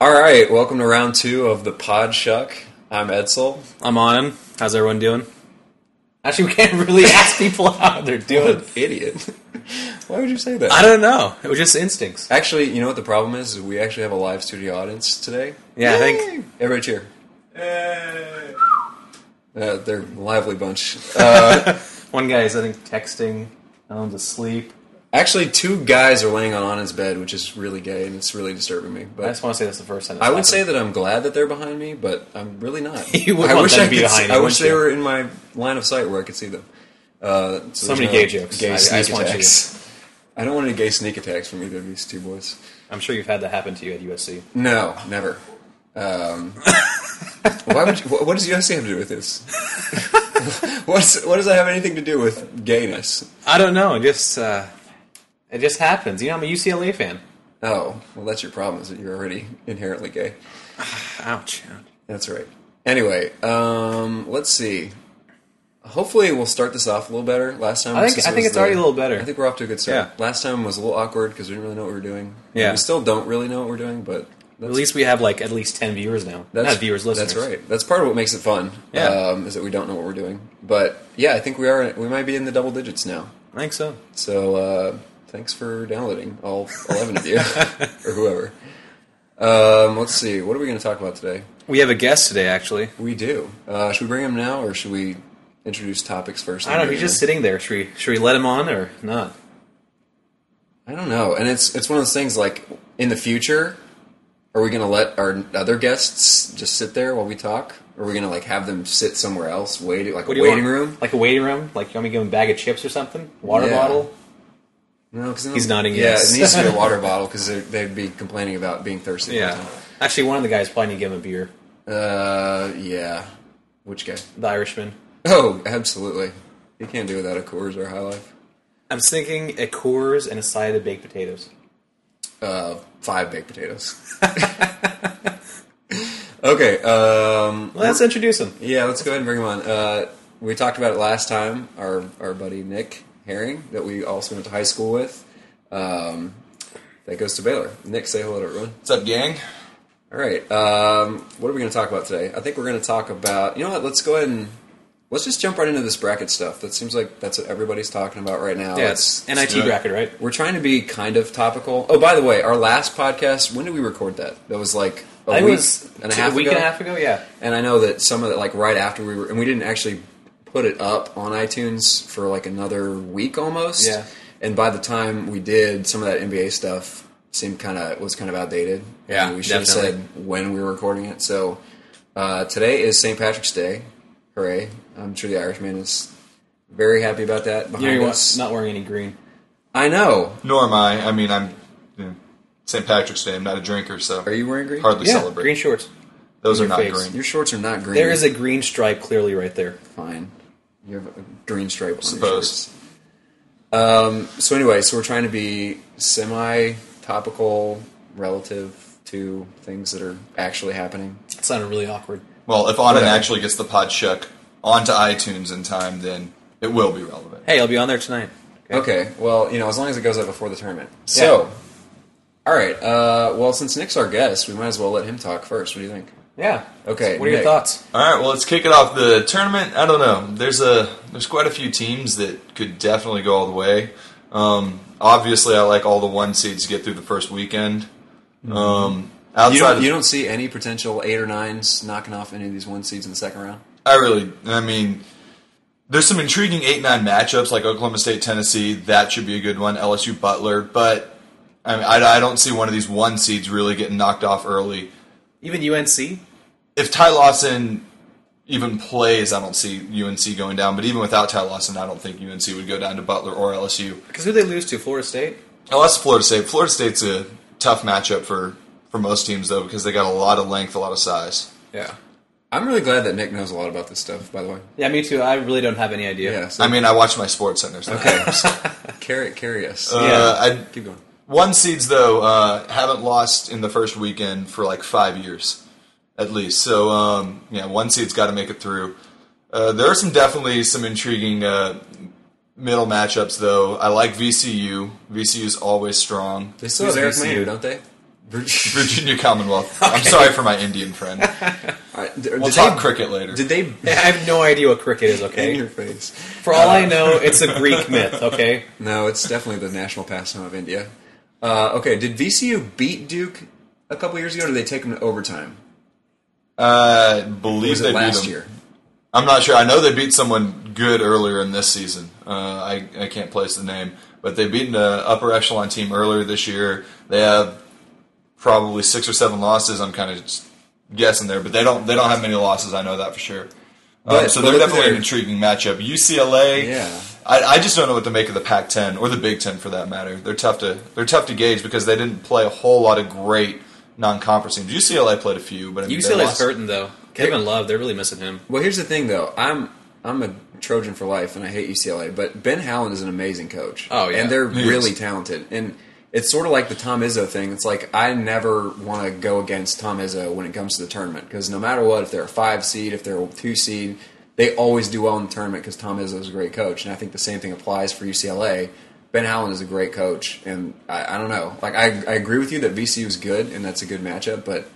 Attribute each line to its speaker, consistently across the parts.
Speaker 1: All right, welcome to round two of the Pod Shuck. I'm Edsel.
Speaker 2: I'm on him. How's everyone doing?
Speaker 3: Actually, we can't really ask people how they're doing.
Speaker 1: idiot. Why would you say that?
Speaker 2: I don't know. It was just instincts.
Speaker 1: Actually, you know what the problem is? is We actually have a live studio audience today.
Speaker 2: Yeah, I think
Speaker 1: Everybody cheer. Uh, they're a lively bunch. Uh,
Speaker 2: one guy is I think texting. Ellen's asleep.
Speaker 1: Actually, two guys are laying on Anand's bed, which is really gay, and it's really disturbing me.
Speaker 2: I just
Speaker 1: But
Speaker 2: want to say that's the first time.
Speaker 1: I would say that I'm glad that they're behind me, but I'm really not.
Speaker 2: You would
Speaker 1: I
Speaker 2: want
Speaker 1: wish
Speaker 2: them
Speaker 1: I
Speaker 2: to be
Speaker 1: could
Speaker 2: behind
Speaker 1: see-
Speaker 2: you,
Speaker 1: I wish
Speaker 2: wouldn't
Speaker 1: they
Speaker 2: you?
Speaker 1: were in my line of sight where I could see them. Uh, so
Speaker 2: So
Speaker 1: there's
Speaker 2: many
Speaker 1: no
Speaker 2: gay jokes.
Speaker 1: Gay
Speaker 2: I- I just
Speaker 1: sneak
Speaker 2: want you to-
Speaker 1: attacks. I don't want any gay sneak attacks from either of these two boys.
Speaker 2: I'm sure you've had that happen to you at USC.
Speaker 1: No, never. Um, why would? You, what what does USC have to do with this? What's, what does that have anything to do with gayness?
Speaker 2: I don't know. It just uh, it just happens. You know, I'm a UCLA fan.
Speaker 1: Oh, well, that's your problem. Is that you're already inherently gay.
Speaker 2: Ouch.
Speaker 1: That's right. Anyway, um, let's see. Hopefully, we'll start this off a little better. Last time,
Speaker 2: I think-
Speaker 1: since
Speaker 2: I
Speaker 1: it
Speaker 2: think
Speaker 1: was
Speaker 2: it's already a little better.
Speaker 1: I think we're off to a good start.
Speaker 2: Yeah.
Speaker 1: Last time was a little awkward because we didn't really know what we were doing.
Speaker 2: Yeah.
Speaker 1: we still don't really know what we're doing, but that's,
Speaker 2: At least we have like at least ten viewers now.
Speaker 1: That's,
Speaker 2: Not viewers, listeners.
Speaker 1: That's right. That's part of what makes it fun.
Speaker 2: Yeah.
Speaker 1: Um, is that we don't know what we're doing. But yeah, I think we are. We might be in the double digits now.
Speaker 2: I think so.
Speaker 1: So uh, thanks for downloading all eleven of you or whoever. Um, let's see. What are we going to talk about today?
Speaker 2: We have a guest today, actually.
Speaker 1: We do. Uh, should we bring him now, or should we introduce topics first?
Speaker 2: I don't know. He's just sitting there. Should we should we let him on or not?
Speaker 1: I don't know. And it's it's one of those things. Like in the future, are we going to let our other guests just sit there while we talk? Or are we going to like have them sit somewhere else, wait like a
Speaker 2: What do you
Speaker 1: waiting
Speaker 2: want?
Speaker 1: room?
Speaker 2: Like a waiting room? Like you want me to give him a bag of chips or something? Water
Speaker 1: Yeah.
Speaker 2: bottle?
Speaker 1: No, because
Speaker 2: He's nodding
Speaker 1: Yeah,
Speaker 2: yes.
Speaker 1: it needs to be a water bottle because they'd be complaining about being thirsty.
Speaker 2: Yeah. Actually, one of the guys probably need to give him a beer.
Speaker 1: Uh, yeah. Which guy?
Speaker 2: The Irishman.
Speaker 1: Oh, absolutely. You can't do without a Coors or High Life.
Speaker 2: I'm thinking a Coors and a side of baked potatoes.
Speaker 1: Uh, five baked potatoes. okay. Um.
Speaker 2: Let's introduce him.
Speaker 1: Yeah, let's go ahead and bring him on. Uh, we talked about it last time. Our our buddy Nick Herring, that we also went to high school with, um, that goes to Baylor. Nick, say hello to everyone.
Speaker 3: What's up, gang?
Speaker 1: All right. Um, what are we going to talk about today? I think we're going to talk about. You know what? Let's go ahead and let's just jump right into this bracket stuff. That seems like that's what everybody's talking about right now.
Speaker 2: Yeah,
Speaker 1: It's-
Speaker 2: it's NIT
Speaker 3: do it.
Speaker 2: bracket, right?
Speaker 1: we're trying to be kind of topical. Oh, by the way, our last podcast. When did we record that? That was like a
Speaker 2: I
Speaker 1: week
Speaker 2: was
Speaker 1: and a
Speaker 2: two-
Speaker 1: half
Speaker 2: week
Speaker 1: ago.
Speaker 2: and a half ago. Yeah,
Speaker 1: And I know that some of it, like right after we were, and we didn't actually put it up on iTunes for like another week almost.
Speaker 2: Yeah.
Speaker 1: And by the time we did, some of that NBA stuff seemed kind of was kind of outdated.
Speaker 2: Yeah,
Speaker 1: And we should
Speaker 2: definitely.
Speaker 1: have said when we were recording it. So uh, today is St. Patrick's Day. Hooray! I'm sure the Irishman is very happy about that. Behind
Speaker 2: you know, he
Speaker 1: us,
Speaker 2: was not wearing any green.
Speaker 1: I know.
Speaker 3: Nor am I. I mean, I'm you know, St. Patrick's Day. I'm not a drinker, so
Speaker 1: Are you wearing green?
Speaker 3: hardly
Speaker 2: Yeah,
Speaker 3: celebrate.
Speaker 2: green shorts.
Speaker 3: Those are
Speaker 2: your
Speaker 3: not
Speaker 2: face.
Speaker 3: green.
Speaker 1: Your shorts are not green.
Speaker 2: There is a green stripe clearly right there.
Speaker 1: fine. You have a green stripe on your
Speaker 3: Suppose.
Speaker 1: shirts. Um, so anyway, so we're trying to be semi-topical relative to things that are actually happening.
Speaker 2: It sounded really awkward.
Speaker 3: Well, if Auden
Speaker 1: Whatever.
Speaker 3: actually gets the pod shuck onto iTunes in time, then it will be relevant.
Speaker 2: Hey, I'll be on there tonight.
Speaker 1: Okay, well, you know, as long as it goes up before the tournament. So, all right. Uh, well, since Nick's our guest, we might as well let him talk first. What do you think?
Speaker 2: Yeah.
Speaker 1: Okay,
Speaker 2: So what are your
Speaker 1: Nick.
Speaker 2: thoughts?
Speaker 3: All right, well, let's kick it off. The tournament, I don't know. There's a there's quite a few teams that could definitely go all the way. Um, obviously, I like all the one seeds to get through the first weekend. Um, outside,
Speaker 1: Mm-hmm. You don't,
Speaker 3: of-
Speaker 1: you don't see any potential eight or nines knocking off any of these one seeds in the second round.
Speaker 3: I really, I mean, there's some intriguing eight nine matchups like Oklahoma State Tennessee. That should be a good one. LSU Butler, but I mean, I, I don't see one of these one seeds really getting knocked off early.
Speaker 2: Even UNC.
Speaker 3: If Ty Lawson even plays, I don't see UNC going down. But even without Ty Lawson, I don't think UNC would go down to Butler or LSU.
Speaker 2: Because who they lose to? Florida State.
Speaker 3: Unless Florida State. Florida State's a tough matchup for for most teams though because they got a lot of length, a lot of size.
Speaker 2: Yeah.
Speaker 1: I'm really glad that Nick knows a lot about this stuff. By the way,
Speaker 2: Yeah, me too. I really don't have any idea.
Speaker 1: yeah. So,
Speaker 3: I mean, I watch my sports center. So.
Speaker 1: okay. carry, carry us.
Speaker 3: Uh,
Speaker 2: Yeah.
Speaker 3: I,
Speaker 1: Keep going.
Speaker 3: One seeds though uh, haven't lost in the first weekend for like five years, at least. So um, yeah, one seed's got to make it through. Uh, there are some definitely some intriguing uh, middle matchups though. I like VCU. VCU's always strong.
Speaker 1: They still
Speaker 2: Who's
Speaker 1: have Eric
Speaker 2: VCU?
Speaker 1: Maynard, don't they? Virginia.
Speaker 3: Virginia Commonwealth. I'm sorry for my Indian friend.
Speaker 1: Did
Speaker 3: We'll
Speaker 1: they-
Speaker 3: talk cricket later.
Speaker 1: Did they
Speaker 2: I have no idea what cricket is.
Speaker 1: in
Speaker 2: Okay,
Speaker 1: your face?
Speaker 2: for all I know, it's a Greek myth. Okay,
Speaker 1: No, it's definitely the national pastime of India. Uh, okay, did VCU beat Duke a couple years ago? Or did they take them to overtime?
Speaker 3: Uh, believe
Speaker 1: Was
Speaker 3: they
Speaker 1: it last
Speaker 3: beat them.
Speaker 1: year?
Speaker 3: I'm not sure. I know they beat someone good earlier in this season. Uh, I I can't place the name, but they beat an uh, upper echelon team earlier this year. They have probably six or seven losses. I'm kind of guessing there, but they don't they don't have many losses. I know that for sure. Um,
Speaker 1: But-
Speaker 3: so
Speaker 1: but
Speaker 3: they're
Speaker 1: look at
Speaker 3: definitely an
Speaker 1: their-
Speaker 3: intriguing matchup. UCLA.
Speaker 1: Yeah.
Speaker 3: I, I just don't know what to make of the Pac-10 or the Big Ten for that matter. They're tough to they're tough to gauge because they didn't play a whole lot of great non-conference teams. UCLA played a few, but I mean, they
Speaker 2: UCLA's
Speaker 3: lost-
Speaker 2: hurting though. Kevin Love, they're really missing him.
Speaker 1: Well, here's the thing, though. I'm I'm a Trojan for life, and I hate UCLA. But Ben Howland is an amazing coach.
Speaker 2: Oh, yeah.
Speaker 1: and they're
Speaker 3: He is.
Speaker 1: really talented. And it's sort of like the Tom Izzo thing. It's like I never want to go against Tom Izzo when it comes to the tournament because no matter what, if they're a five seed, if they're a two seed, they always do well in the tournament because Tom Izzo is a great coach. And I think the same thing applies for UCLA. Ben Howland is a great coach, and I, I don't know. Like I, I agree with you that VCU is good and that's a good matchup, but.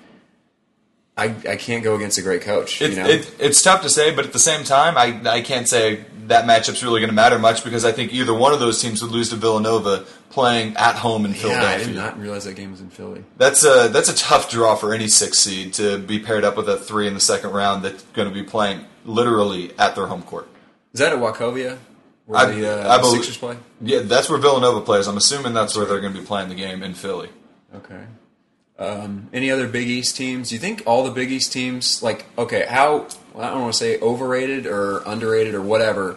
Speaker 1: I, I can't go against a great coach.
Speaker 3: It,
Speaker 1: you know?
Speaker 3: it, it's tough to say, but at the same time, I, I can't say that matchup's really going to matter much because I think either one of those teams would lose to Villanova playing at home in
Speaker 1: Yeah, I did
Speaker 3: Philadelphia.
Speaker 1: not realize that game was in Philly.
Speaker 3: That's a that's a tough draw for any six seed to be paired up with a three in the second round that's going to be playing literally at their home court.
Speaker 1: Is that at Wachovia? Where
Speaker 3: I-
Speaker 1: the
Speaker 3: I
Speaker 1: uh,
Speaker 3: believe-
Speaker 1: Sixers play?
Speaker 3: Yeah, that's where Villanova plays. I'm assuming that's where they're going to be playing the game in Philly.
Speaker 1: Okay. Um, any other Big East teams? Do you think all the Big East teams, like, okay, how, well, I don't want to say overrated or underrated or whatever.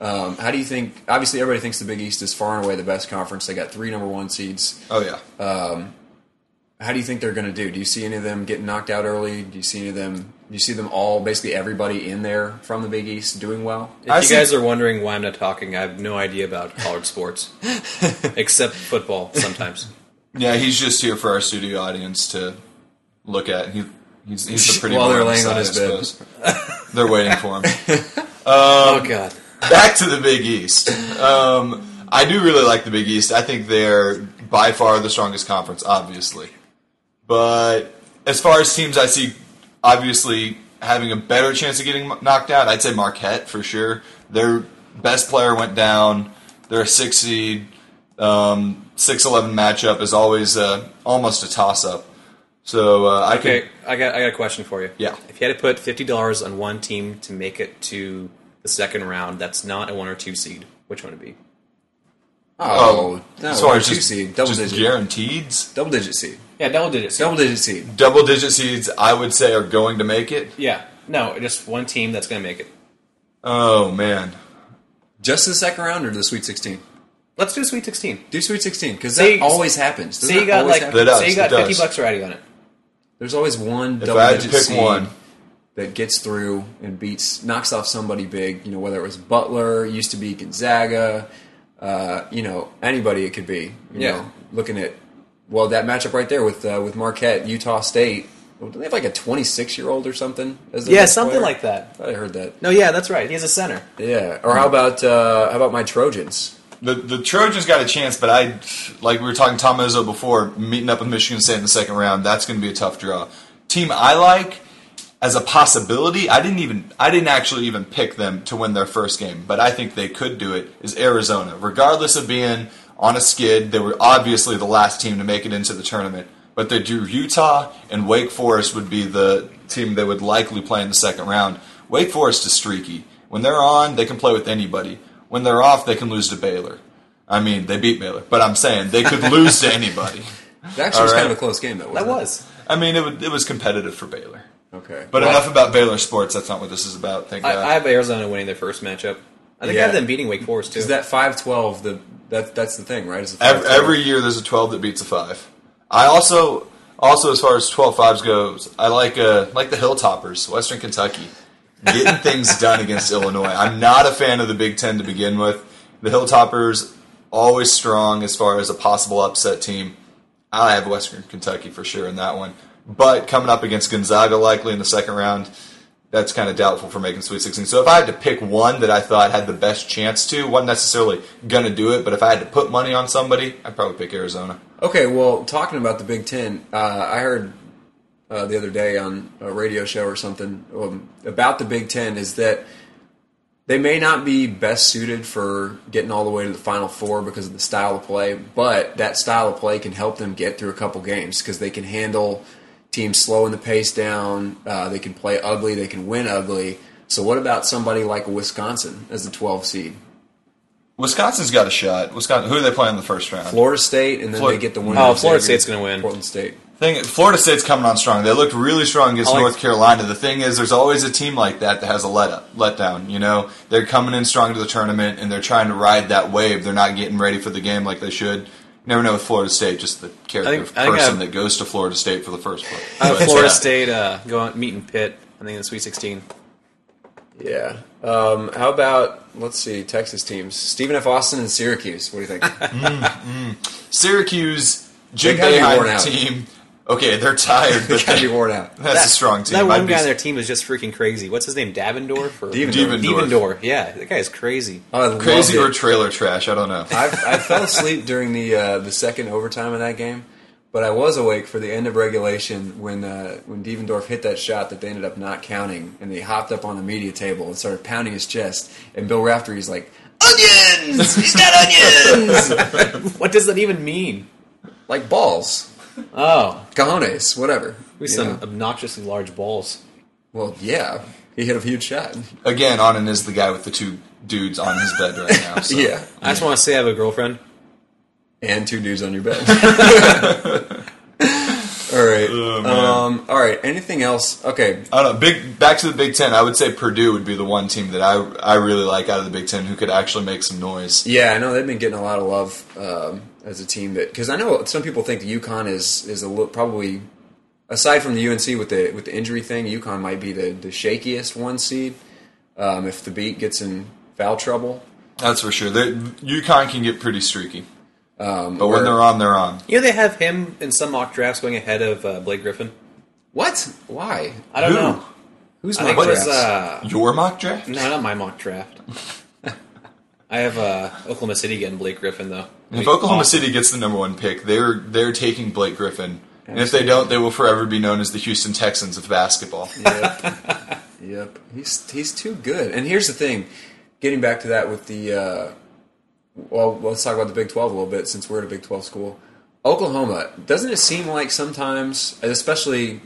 Speaker 1: Um, how do you think? Obviously, everybody thinks the Big East is far and away the best conference. They got three number one seeds.
Speaker 3: Oh yeah,
Speaker 1: Uh, How do you think they're going to do? Do you see any of them getting knocked out early? Do you see any of them? Do you see them all, basically everybody in there from the Big East, doing well?
Speaker 2: If
Speaker 3: I
Speaker 2: you
Speaker 3: see-
Speaker 2: guys are wondering why I'm not talking, I have no idea about college sports except football sometimes.
Speaker 3: yeah. He's just here for our studio audience to look at. He, he's he's the pretty
Speaker 1: While
Speaker 3: boy
Speaker 1: they're
Speaker 3: the
Speaker 1: laying on
Speaker 3: side,
Speaker 1: his
Speaker 3: I
Speaker 1: bed.
Speaker 3: suppose. they're waiting for him.
Speaker 2: oh god.
Speaker 3: back to the Big East. Um, I do really like the Big East. I think they're by far the strongest conference, obviously. But as far as teams I see, obviously having a better chance of getting knocked out, I'd say Marquette for sure. Their best player went down. They're a six seed. Um, 6-11 matchup is always uh, almost a toss up. So uh, I could.
Speaker 2: Okay, I got I got a question for you.
Speaker 3: Yeah.
Speaker 2: If you had to put fifty dollars on one team to make it to the second round, that's not a one or two seed. Which one would it be?
Speaker 1: Oh, no,
Speaker 3: as far as
Speaker 1: two
Speaker 3: just-
Speaker 1: seed, double
Speaker 3: just
Speaker 1: digit,
Speaker 3: guaranteed.
Speaker 1: double digit seed,
Speaker 2: Yeah, double digits.
Speaker 1: double digit seed.
Speaker 3: Double digit seeds, I would say, are going to make it.
Speaker 2: Yeah. No, just one team that's gonna make it.
Speaker 3: Oh man,
Speaker 1: Just the second round or the Sweet 16?
Speaker 2: Let's do Sweet Sixteen.
Speaker 1: Do Sweet 16 because that
Speaker 2: Say-
Speaker 1: always happens. Doesn't
Speaker 2: Say
Speaker 1: that
Speaker 2: you got
Speaker 1: always
Speaker 2: like
Speaker 1: happen?
Speaker 3: That does,
Speaker 2: say you got
Speaker 3: it does.
Speaker 2: fifty bucks already on it.
Speaker 1: there's always one
Speaker 3: If
Speaker 1: double
Speaker 3: I had to
Speaker 1: digit
Speaker 3: pick
Speaker 1: seed
Speaker 3: one.
Speaker 1: that gets through and beats knocks off somebody big. You know whether it was Butler, used to be Gonzaga, uh, you know anybody it could be. You
Speaker 2: Yeah.
Speaker 1: know, looking at well that matchup right there with uh, with Marquette, Utah State. Don't they have like a 26 year old or something? As their
Speaker 2: Yeah,
Speaker 1: best
Speaker 2: something
Speaker 1: player?
Speaker 2: like that.
Speaker 1: I heard that.
Speaker 2: No, yeah, that's right. He has a center.
Speaker 1: Yeah. Or how about uh, how about my Trojans?
Speaker 3: The the Trojans got a chance, but I like we were talking Tom Izzo before meeting up with Michigan State in the second round. That's going to be a tough draw. Team I like as a possibility. I didn't even I didn't actually even pick them to win their first game, but I think they could do it. Is Arizona, regardless of being on a skid, they were obviously the last team to make it into the tournament. But they do Utah and Wake Forest would be the team they would likely play in the second round. Wake Forest is streaky. When they're on, they can play with anybody. When they're off, they can lose to Baylor. I mean, they beat Baylor, but I'm saying they could lose to anybody.
Speaker 1: That actually
Speaker 3: All
Speaker 1: was kind
Speaker 3: right.
Speaker 1: of a close game though.
Speaker 2: That
Speaker 1: Wasn't
Speaker 2: was.
Speaker 3: I mean, it, would, it was competitive for Baylor.
Speaker 1: It? Okay.
Speaker 3: But
Speaker 1: Well,
Speaker 3: enough about Baylor sports. That's not what this is about. Thank
Speaker 2: I,
Speaker 3: God.
Speaker 2: I have Arizona winning their first matchup. I think I
Speaker 1: Yeah.
Speaker 2: have them beating Wake Forest too.
Speaker 1: Is that five twelve? The that that's the thing, right? Is the
Speaker 3: every,
Speaker 1: 5-12.
Speaker 3: every year, there's a 12 that beats a five. I also, also as far as 12 fives goes, I like uh, like the Hilltoppers, Western Kentucky, getting things done against Illinois. I'm not a fan of the Big Ten to begin with. The Hilltoppers always strong as far as a possible upset team. I have Western Kentucky for sure in that one. But coming up against Gonzaga likely in the second round, that's kind of doubtful for making Sweet 16. So if I had to pick one that I thought had the best chance to, wasn't necessarily gonna do it, but if I had to put money on somebody, I'd probably pick Arizona.
Speaker 1: Okay, well, talking about the Big Ten, uh, I heard uh, the other day on a radio show or something um, about the Big Ten is that they may not be best suited for getting all the way to the Final Four because of the style of play, but that style of play can help them get through a couple games because they can handle teams slowing the pace down. Uh, they can play ugly. They can win ugly. So what about somebody like Wisconsin as the 12 seed?
Speaker 3: Wisconsin's got a shot. Wisconsin, who are they playing in the first round?
Speaker 1: Florida State, and then
Speaker 3: Florida-
Speaker 1: they get the win.
Speaker 2: Oh,
Speaker 1: over
Speaker 2: Florida
Speaker 1: Xavier.
Speaker 2: State's gonna win.
Speaker 1: Portland State.
Speaker 3: Thing, Florida State's coming on strong. They looked really strong against
Speaker 2: I like-
Speaker 3: North Carolina. The thing is, there's always a team like that that has a let up, let down. You know, they're coming in strong to the tournament and they're trying to ride that wave. They're not getting ready for the game like they should. You never know with Florida State, just the character
Speaker 2: I think-
Speaker 3: of
Speaker 2: I think
Speaker 3: person
Speaker 2: I've-
Speaker 3: that goes to Florida State for the first place.
Speaker 2: I have
Speaker 3: But,
Speaker 2: Florida
Speaker 3: yeah.
Speaker 2: State uh, going meeting Pitt. I think in the Sweet 16.
Speaker 1: Yeah. Um, how about let's see Texas teams: Stephen F. Austin and Syracuse. What do you think?
Speaker 3: Syracuse, Jim
Speaker 1: They gotta be worn
Speaker 3: Boeheim
Speaker 1: out.
Speaker 3: team. Okay, they're tired, but
Speaker 1: It's gotta be
Speaker 3: they,
Speaker 1: worn out.
Speaker 3: that's a strong team.
Speaker 2: That
Speaker 3: I'd
Speaker 2: one
Speaker 3: be-
Speaker 2: guy on their team is just freaking crazy. What's his name? Davendorf or
Speaker 1: Devendorf.
Speaker 2: Devendorf. Yeah, that guy is crazy.
Speaker 1: I loved
Speaker 3: crazy
Speaker 1: it.
Speaker 3: or trailer trash. I don't know.
Speaker 1: I, I fell asleep during the uh, the second overtime of that game, but I was awake for the end of regulation when uh, when Devendorf hit that shot that they ended up not counting, and they hopped up on the media table and started pounding his chest. And Bill Raftery's like, "Onions! He's got onions!
Speaker 2: What does that even mean?
Speaker 1: like balls,
Speaker 2: Oh,
Speaker 1: cojones, whatever."
Speaker 2: we
Speaker 1: you
Speaker 2: some
Speaker 1: know?
Speaker 2: obnoxiously large balls.
Speaker 1: Well, yeah, he hit a huge shot.
Speaker 3: Again, Onan is the guy with the two dudes on his bed right now. So.
Speaker 1: Yeah,
Speaker 2: I just want to say I have a girlfriend.
Speaker 1: and two dudes on your bed. all right, um, all right. Anything else? Okay,
Speaker 3: I don't know. Big back to the Big Ten. I would say Purdue would be the one team that I I really like out of the Big Ten who could actually make some noise.
Speaker 1: Yeah, I know they've been getting a lot of love um, as a team. That because I know some people think the UConn is is a little, probably aside from the UNC with the with the injury thing, UConn might be the, the shakiest one seed um, if the beat gets in foul trouble.
Speaker 3: That's for sure. They're, UConn can get pretty streaky,
Speaker 1: Um,
Speaker 3: but when they're on, they're on.
Speaker 2: You know they have him in some mock drafts going ahead of uh, Blake Griffin.
Speaker 1: what? Why?
Speaker 2: I don't
Speaker 3: Who?
Speaker 2: know.
Speaker 1: Who's
Speaker 2: I
Speaker 1: my
Speaker 2: think it was,
Speaker 1: drafts?
Speaker 2: uh,
Speaker 3: Your mock draft?
Speaker 2: no, not my mock draft. I have uh, Oklahoma City getting Blake Griffin though.
Speaker 3: If Oklahoma City gets the number one pick, they're they're taking Blake Griffin, and if they don't, they will forever be known as the Houston Texans of basketball.
Speaker 1: yep. yep. He's he's too good. And here's the thing. Getting back to that with the uh, well, let's talk about the Big Twelve a little bit since we're at a Big Twelve school. Oklahoma doesn't it seem like sometimes, and especially,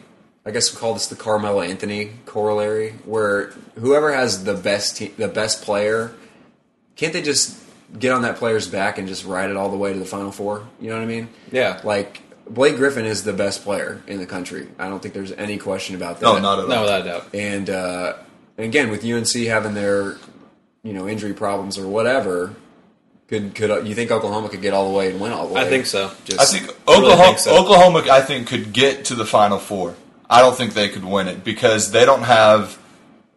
Speaker 1: I guess we call this the Carmelo Anthony corollary, where whoever has the best te- the best player, can't they just get on that player's back and just ride it all the way to the Final Four? You know what I mean?
Speaker 2: Yeah.
Speaker 1: Like Blake Griffin is the best player in the country. I don't think there's any question about that.
Speaker 3: No, Oh, not at all.
Speaker 2: No, without a doubt.
Speaker 1: And uh, and again, with UNC having their you know injury problems or whatever, could could you think Oklahoma could get all the way and win all the way?
Speaker 2: I think so. Just
Speaker 3: I think
Speaker 2: I really
Speaker 3: Oklahoma,
Speaker 2: think so.
Speaker 3: Oklahoma, I think could get to the Final Four. I don't think they could win it because they don't have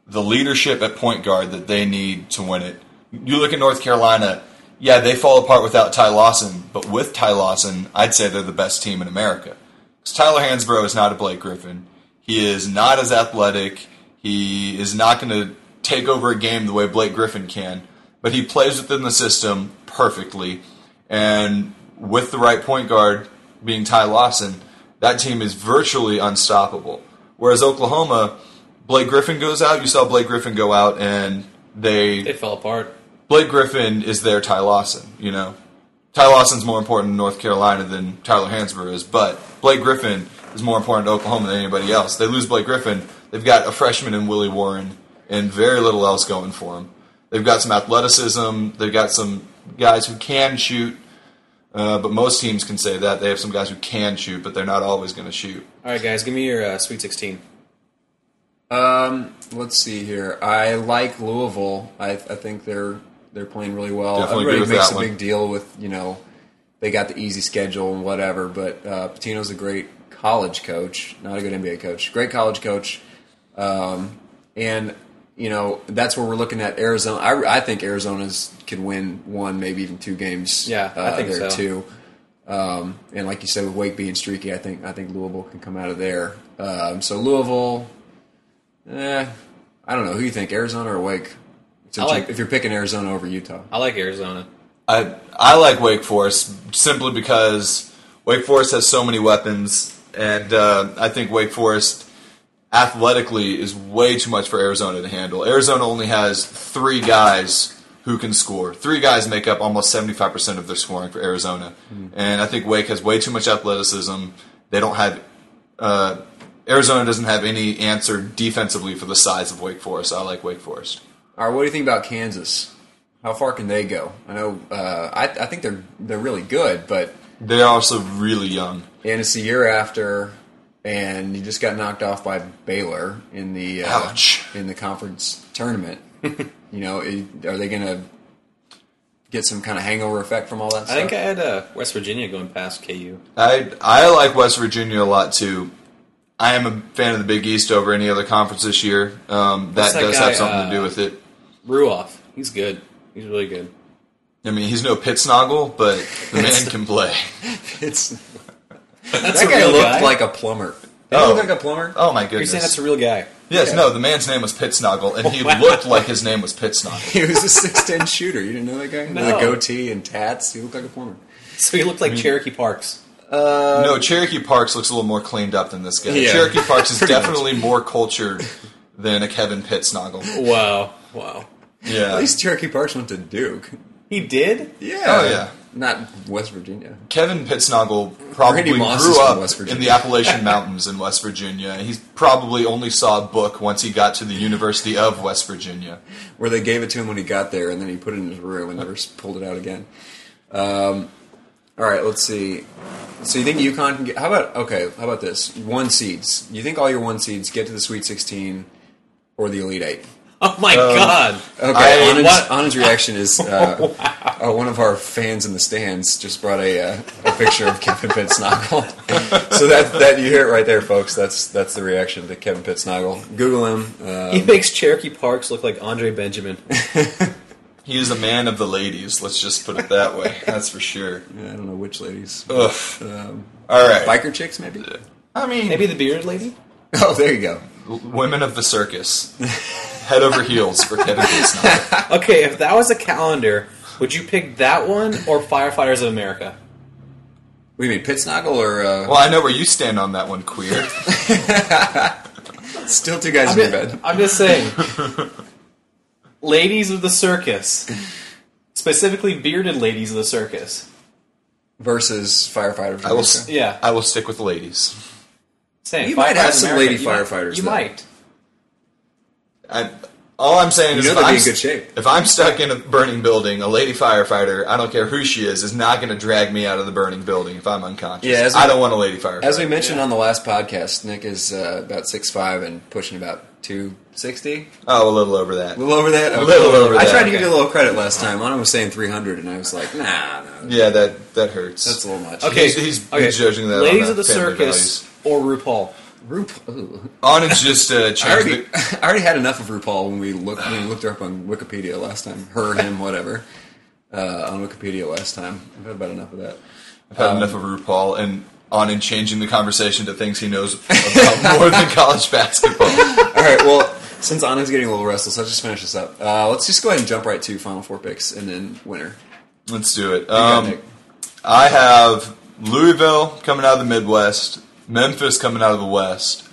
Speaker 3: the leadership at point guard that they need to win it. You look at North Carolina. Yeah, they fall apart without Ty Lawson, but with Ty Lawson, I'd say they're the best team in America. 'Cause Tyler Hansbrough is not a Blake Griffin. He is not as athletic. He is not going to take over a game the way Blake Griffin can, but he plays within the system perfectly. And with the right point guard being Ty Lawson, that team is virtually unstoppable. Whereas Oklahoma, Blake Griffin goes out. You saw Blake Griffin go out, and
Speaker 2: they fell apart.
Speaker 3: Blake Griffin is their Ty Lawson, you know. Ty Lawson's more important in North Carolina than Tyler Hansborough is, but Blake Griffin is more important to Oklahoma than anybody else. They lose Blake Griffin, they've got a freshman in Willie Warren and very little else going for them. They've got some athleticism, they've got some guys who can shoot, uh, but most teams can say that. They have some guys who can shoot, but they're not always going to shoot.
Speaker 2: All right, guys, give me your uh, Sweet 16.
Speaker 1: Um, let's see here. I like Louisville. I, I think they're they're playing really well.
Speaker 3: Definitely agree
Speaker 1: Everybody
Speaker 3: with
Speaker 1: makes a
Speaker 3: that one.
Speaker 1: big deal with you know they got the easy schedule and whatever. But uh, Patino's a great college coach, not a good NBA coach. Great college coach, um, and you know that's where we're looking at Arizona. I, I think Arizona's could win one, maybe even two games.
Speaker 2: Yeah, I
Speaker 1: uh,
Speaker 2: think
Speaker 1: there
Speaker 2: so.
Speaker 1: too. Um, and like you said, with Wake being streaky, I think I think Louisville can come out of there. Um, so Louisville, Eh, I don't know who you think, Arizona or Wake. So
Speaker 2: I
Speaker 1: if you-
Speaker 2: like-
Speaker 1: if you're picking Arizona over Utah,
Speaker 2: I like Arizona.
Speaker 3: I I like Wake Forest simply because Wake Forest has so many weapons, and uh, I think Wake Forest athletically is way too much for Arizona to handle. Arizona only has three guys who can score. Three guys make up almost seventy five percent of their scoring for Arizona, and I think Wake has way too much athleticism. They don't have. Uh, Arizona doesn't have any answer defensively for the size of Wake Forest. I like Wake Forest.
Speaker 1: All right, what do you think about Kansas? How far can they go? I know. Uh, I, I think they're they're really good, but
Speaker 3: They're also really young.
Speaker 1: and it's the year after, and you just got knocked off by Baylor in the uh,
Speaker 3: Ouch.
Speaker 1: in the conference tournament. you know, it, are they going to get some kind of hangover effect from all that?
Speaker 2: I think I had uh, West Virginia going past KU.
Speaker 3: I I like West Virginia a lot too. I am a fan of the Big East over any other conference this year. Um, that,
Speaker 2: What's that
Speaker 3: does
Speaker 2: guy,
Speaker 3: have something to do
Speaker 2: uh,
Speaker 3: with it.
Speaker 2: Ruoff, he's good. He's really good.
Speaker 3: I mean, he's no pit snoggle, but the man can play.
Speaker 1: it's
Speaker 2: That's
Speaker 1: that
Speaker 2: a
Speaker 1: guy
Speaker 2: real
Speaker 1: looked
Speaker 2: guy.
Speaker 1: like a plumber. Did
Speaker 3: Oh.
Speaker 1: he look like a plumber?
Speaker 3: Oh my
Speaker 2: You're saying that's
Speaker 3: goodness!
Speaker 2: a real guy.
Speaker 3: Yes,
Speaker 1: yeah.
Speaker 3: no, the man's name was Pit Snoggle, and he
Speaker 2: Wow.
Speaker 3: looked like his name was Pit Snoggle.
Speaker 1: He was a six ten shooter. You didn't know that guy with
Speaker 2: No.
Speaker 1: a goatee and tats. He looked like a plumber.
Speaker 2: So he looked like Cherokee Parks. Uh,
Speaker 3: no, Cherokee Parks looks a little more cleaned up than this guy.
Speaker 1: Yeah.
Speaker 3: Cherokee Parks is
Speaker 1: Pretty much.
Speaker 3: definitely more cultured than a Kevin Pit Snoggle.
Speaker 2: Wow, wow.
Speaker 1: At
Speaker 3: Yeah,
Speaker 1: least Cherokee Parks went to Duke.
Speaker 2: He did.
Speaker 1: Yeah.
Speaker 3: Oh, yeah.
Speaker 1: Not West Virginia.
Speaker 3: Kevin Pitsnoggle probably
Speaker 1: Randy Moss is
Speaker 3: grew
Speaker 1: from
Speaker 3: up
Speaker 1: West Virginia.
Speaker 3: in the Appalachian Mountains in West Virginia. He probably only saw a book once he got to the University of West Virginia.
Speaker 1: Where they gave it to him when he got there and then he put it in his room and never s- pulled it out again. Um, all right, let's see. So you think UConn can get. How about. Okay, how about this? One seeds. You think all your one seeds get to the Sweet 16 or the Elite Eight?
Speaker 2: Oh my god.
Speaker 1: Okay,
Speaker 3: I-
Speaker 1: Anand's,
Speaker 2: what?
Speaker 1: Anand's reaction is uh, uh, one of our fans in the stands just brought a, uh, a picture of Kevin Pitsnoggle. so that that you hear it right there, folks. That's that's the reaction to Kevin Pitsnoggle. Google him. Uh,
Speaker 2: He makes Cherokee Parks look like Andre Benjamin.
Speaker 3: He is a man of the ladies, let's just put it that way. That's for sure.
Speaker 1: I don't know which ladies.
Speaker 3: Ugh. All right.
Speaker 1: Biker chicks, maybe.
Speaker 3: I mean,
Speaker 2: Maybe the bearded lady.
Speaker 1: Oh, there you go.
Speaker 3: women of the circus. Head over heels for Kevin Pitsnoggle.
Speaker 2: Okay, if that was a calendar, would you pick that one or Firefighters of America?
Speaker 1: We mean Pitsnoggle or uh,
Speaker 3: Well, I know where you stand on that one, queer.
Speaker 1: still two guys
Speaker 2: I'm
Speaker 1: in your
Speaker 2: just,
Speaker 1: bed.
Speaker 2: I'm just saying. ladies of the circus. Specifically, bearded ladies of the circus.
Speaker 1: versus firefighters.
Speaker 3: I will, s-
Speaker 2: Yeah.
Speaker 3: I will stick with ladies.
Speaker 2: Saying,
Speaker 1: You might have
Speaker 2: Firefighters of
Speaker 1: some
Speaker 2: America,
Speaker 1: lady
Speaker 2: you might-
Speaker 1: firefighters,
Speaker 2: You
Speaker 1: though.
Speaker 2: might.
Speaker 3: I, all I'm saying
Speaker 1: You
Speaker 3: is
Speaker 1: know
Speaker 3: if
Speaker 1: they'd be
Speaker 3: I'm
Speaker 1: in
Speaker 3: st-
Speaker 1: good shape.
Speaker 3: If I'm stuck in a burning building, a lady firefighter, I don't care who she is, is not going to drag me out of the burning building if I'm unconscious.
Speaker 1: Yeah, as we-
Speaker 3: I don't want a lady firefighter.
Speaker 1: As we mentioned on the last podcast, Nick is uh, about six five and pushing about two sixty.
Speaker 3: oh, a little over that.
Speaker 1: A little over that. A
Speaker 3: little over
Speaker 1: I
Speaker 3: that,
Speaker 1: tried to
Speaker 2: okay.
Speaker 1: give you a little credit last time. Lana was saying 300, and I was like, nah, no,
Speaker 3: Yeah, that that hurts.
Speaker 1: that's a little much.
Speaker 2: Okay,
Speaker 3: He's- he's
Speaker 2: okay.
Speaker 3: judging that on
Speaker 2: Ladies
Speaker 3: the
Speaker 2: of the
Speaker 3: family
Speaker 2: circus or RuPaul.
Speaker 1: Rupa- ooh.
Speaker 3: On is just uh,
Speaker 1: I
Speaker 3: change
Speaker 1: already,
Speaker 3: the,
Speaker 1: I already had enough of RuPaul when we looked when we looked her up on Wikipedia last time. Her, him, whatever. Uh, on Wikipedia last time. I've had about enough of that.
Speaker 3: I've had enough of RuPaul and on in changing the conversation to things he knows about more than college basketball.
Speaker 1: All right, well, since Anna's getting a little restless, let's just finish this up. Uh, let's just go ahead and jump right to Final Four picks and then winner.
Speaker 3: Let's do it.
Speaker 1: You got
Speaker 3: Um,
Speaker 1: Nick.
Speaker 3: I have Louisville coming out of the Midwest, Memphis coming out of the West.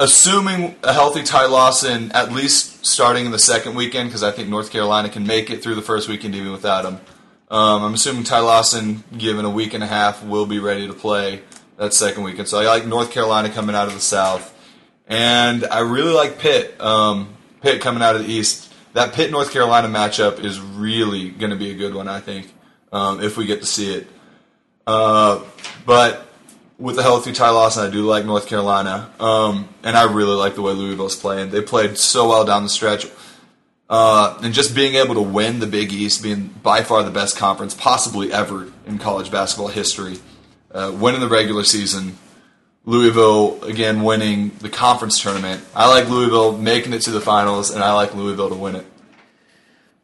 Speaker 3: Assuming a healthy Ty Lawson, at least starting in the second weekend, because I think North Carolina can make it through the first weekend even without him. Um, I'm assuming Ty Lawson, given a week and a half, will be ready to play that second weekend. So I like North Carolina coming out of the South, and I really like Pitt. Um, Pitt coming out of the East. That Pitt North Carolina matchup is really going to be a good one, I think, um, if we get to see it. Uh, but with the healthy Ty Lawson, I do like North Carolina, um, and I really like the way Louisville's playing. They played so well down the stretch. Uh, and just being able to win the Big East, being by far the best conference possibly ever in college basketball history, uh, winning the regular season, Louisville again winning the conference tournament. I like Louisville making it to the finals, and I like Louisville to win it.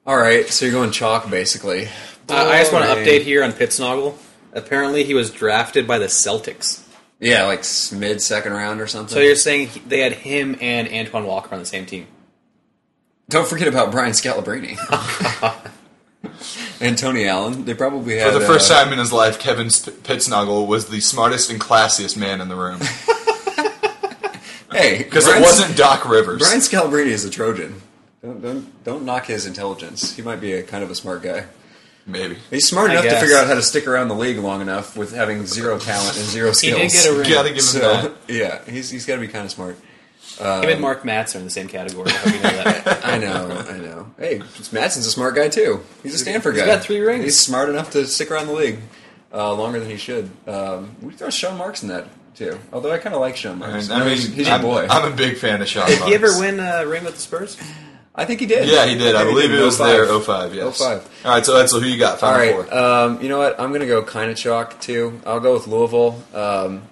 Speaker 1: All right, so you're going chalk, basically.
Speaker 2: I, I just want to
Speaker 1: Boring.
Speaker 2: update here on Pitsnoggle. Apparently, he was drafted by the Celtics.
Speaker 1: Yeah, like mid second round or something.
Speaker 2: So you're saying he- they had him and Antoine Walker on the same team?
Speaker 1: Don't forget about Brian Scalabrine and Tony Allen. They probably had
Speaker 3: For the first
Speaker 1: uh,
Speaker 3: time in his life, Kevin Sp- Pitsnoggle was the smartest and classiest man in the room
Speaker 1: Hey,
Speaker 3: because it
Speaker 1: Brian-
Speaker 3: wasn't Doc Rivers.
Speaker 1: Brian Scalabrine is a Trojan. Don't, don't don't knock his intelligence. He might be a kind of a smart guy.
Speaker 3: Maybe
Speaker 1: He's smart
Speaker 2: I
Speaker 1: enough to
Speaker 2: guess.
Speaker 1: figure out how to stick around the league long enough with having zero talent and zero
Speaker 2: He
Speaker 1: skills.
Speaker 2: did get a ring.
Speaker 3: gotta give him that.
Speaker 1: So yeah, he's he's got to be kind of smart.
Speaker 2: Him
Speaker 1: Um,
Speaker 2: and Mark Matz are in the same category. I hope you know that.
Speaker 1: I know, I know. Hey, Madsen's a smart guy too. He's a Stanford
Speaker 2: He's
Speaker 1: guy.
Speaker 2: got three rings.
Speaker 1: He's smart enough to stick around the league uh, longer than he should. Um, we throw Sean Marks in that too. Although I kind of like Sean
Speaker 3: I
Speaker 1: Marks.
Speaker 3: mean, I mean,
Speaker 1: he's, he's your
Speaker 3: I'm,
Speaker 1: boy. i
Speaker 3: I'm a big fan of Sean.
Speaker 2: Did he ever
Speaker 3: Marks.
Speaker 2: win a ring with the Spurs?
Speaker 1: think he did.
Speaker 3: Yeah, he did. I
Speaker 1: think
Speaker 3: believe
Speaker 1: did
Speaker 3: it
Speaker 1: in
Speaker 3: was
Speaker 1: 05.
Speaker 3: there 05, yes.
Speaker 1: 05.
Speaker 3: All right, so Edsel, who you got?
Speaker 1: All
Speaker 3: Final
Speaker 1: right.
Speaker 3: four.
Speaker 1: Um, you know what? I'm going to go kind of chalk too. I'll go with Louisville. Um,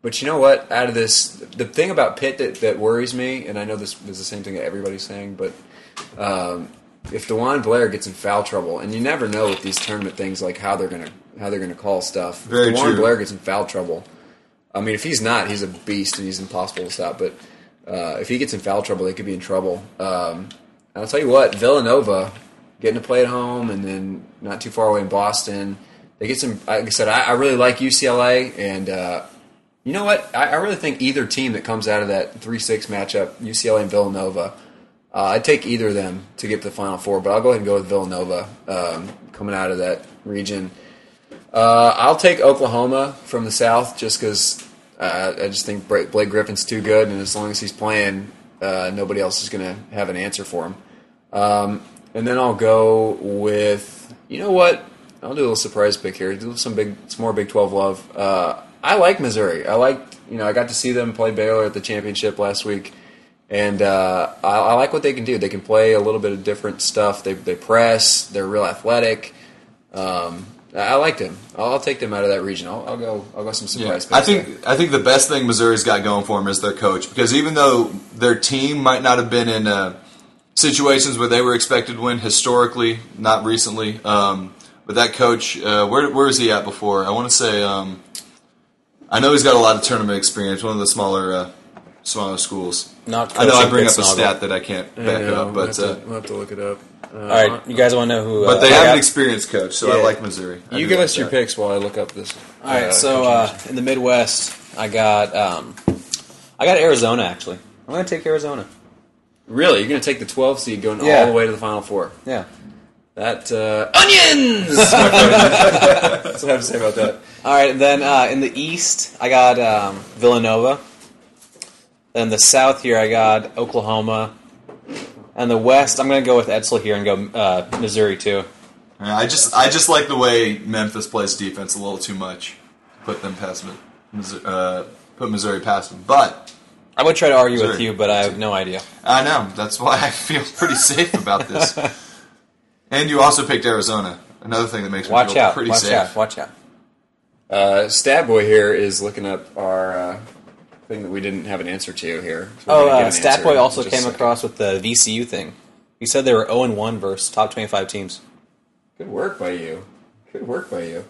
Speaker 1: but you know what? Out of this, the thing about Pitt that, that worries me, and I know this is the same thing that everybody's saying, but um, if Dewan Blair gets in foul trouble, and you never know with these tournament things, like how they're gonna how they're gonna call stuff.
Speaker 3: Very
Speaker 1: if Dewan
Speaker 3: true.
Speaker 1: Blair gets in foul trouble. I mean, if he's not, he's a beast and he's impossible to stop. But uh, if he gets in foul trouble, they could be in trouble. Um, and I'll tell you what, Villanova getting to play at home, and then not too far away in Boston, they get some. Like I said, I, I really like UCLA, and uh, you know what? I, I really think either team that comes out of that three six matchup, UCLA and Villanova, uh, I'd take either of them to get to the Final Four. But I'll go ahead and go with Villanova um, coming out of that region. Uh, I'll take Oklahoma from the South just because uh, I just think Bra- Blake Griffin's too good, and as long as he's playing, uh, nobody else is going to have an answer for him. Um, and then I'll go with you know what? I'll do a little surprise pick here. Do some big, some more Big Twelve love. Uh, I like Missouri. I like you know I got to see them play Baylor at the championship last week, and uh, I, I like what they can do. They can play a little bit of different stuff. They they press. They're real athletic. Um, I I liked him. I'll, I'll take them out of that region. I'll, I'll go. I'll go some
Speaker 3: Yeah.
Speaker 1: surprise.
Speaker 3: I
Speaker 1: picks
Speaker 3: think
Speaker 1: there.
Speaker 3: I think the best thing Missouri's got going for them is their coach because even though their team might not have been in uh, situations where they were expected to win historically, not recently, um, but that coach, uh, where where was he at before? I want to say, um, I know he's got a lot of tournament experience. One of the smaller uh, smaller schools.
Speaker 2: Not.
Speaker 3: I know I
Speaker 2: coaching
Speaker 3: bring up a
Speaker 2: Pitsnoggle.
Speaker 3: stat that I can't back
Speaker 1: I
Speaker 3: it
Speaker 1: know.
Speaker 3: up, but
Speaker 1: we'll
Speaker 3: uh,
Speaker 1: have, to, we'll have to look it up. Uh,
Speaker 2: All right, you guys want to know who?
Speaker 3: but
Speaker 2: uh,
Speaker 3: they
Speaker 2: I
Speaker 3: have an
Speaker 2: got?
Speaker 3: experienced coach, so I
Speaker 1: Yeah.
Speaker 3: like Missouri. I
Speaker 1: You
Speaker 3: do
Speaker 1: give
Speaker 3: like
Speaker 1: us your
Speaker 3: that.
Speaker 1: picks while I look up this.
Speaker 2: All right,
Speaker 1: uh,
Speaker 2: so uh, in the Midwest, I got um, I got Arizona actually. I'm gonna take Arizona.
Speaker 1: really, you're going to take the 12 seed going
Speaker 2: Yeah.
Speaker 1: all the way to the final four.
Speaker 2: Yeah.
Speaker 1: That uh, onions. That's what I have to say about that.
Speaker 2: All right, then uh, in the East, I got um, Villanova. Then the South here, I got Oklahoma. And the West, I'm gonna go with Edsel here and go uh, Missouri too.
Speaker 3: Yeah, I just I just like the way Memphis plays defense a little too much. Put them past Mi- Missouri, uh, put Missouri past them, but
Speaker 2: I would try to argue with
Speaker 3: Missouri.
Speaker 2: you, but I have no idea.
Speaker 3: I know that's why I feel pretty safe about this. and you also picked Arizona, another thing that makes me
Speaker 2: Watch
Speaker 3: feel
Speaker 2: out!
Speaker 3: pretty
Speaker 2: Watch
Speaker 3: safe.
Speaker 2: out! Watch out!
Speaker 1: Uh, Stab boy here is looking up our uh, thing that we didn't have an answer to here. So we're
Speaker 2: Oh,
Speaker 1: gonna
Speaker 2: uh,
Speaker 1: get an answer
Speaker 2: Statboy
Speaker 1: in
Speaker 2: also
Speaker 1: just a
Speaker 2: came
Speaker 1: second.
Speaker 2: across with the VCU thing. He said they were 0 1 versus top 25 teams.
Speaker 1: Good work by you. Good work by you.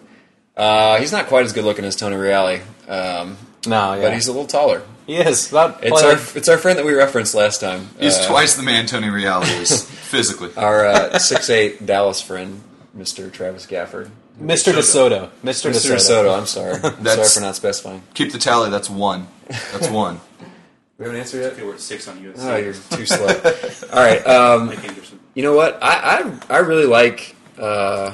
Speaker 1: Uh, he's not quite as good looking as Tony Reale, um,
Speaker 2: No, yeah.
Speaker 1: but he's a little taller.
Speaker 2: he is. About
Speaker 1: It's
Speaker 2: probably
Speaker 1: our
Speaker 2: like-
Speaker 1: it's our friend that we referenced last time.
Speaker 3: He's
Speaker 1: Uh,
Speaker 3: twice the man Tony Reale is physically.
Speaker 1: Our uh, six eight Dallas friend, Mr. Travis Gafford.
Speaker 2: Mr. DeSoto. Mr.
Speaker 1: Mr.
Speaker 2: DeSoto.
Speaker 1: DeSoto, I'm sorry. I'm sorry
Speaker 3: That's-
Speaker 1: for not specifying.
Speaker 3: Keep the tally. That's one. That's one.
Speaker 1: We haven't answered yet?
Speaker 4: They were at six on USC.
Speaker 1: Oh, you're too slow. All right. Um,
Speaker 4: Mike Anderson.
Speaker 1: you know what? I I, I really like. Uh,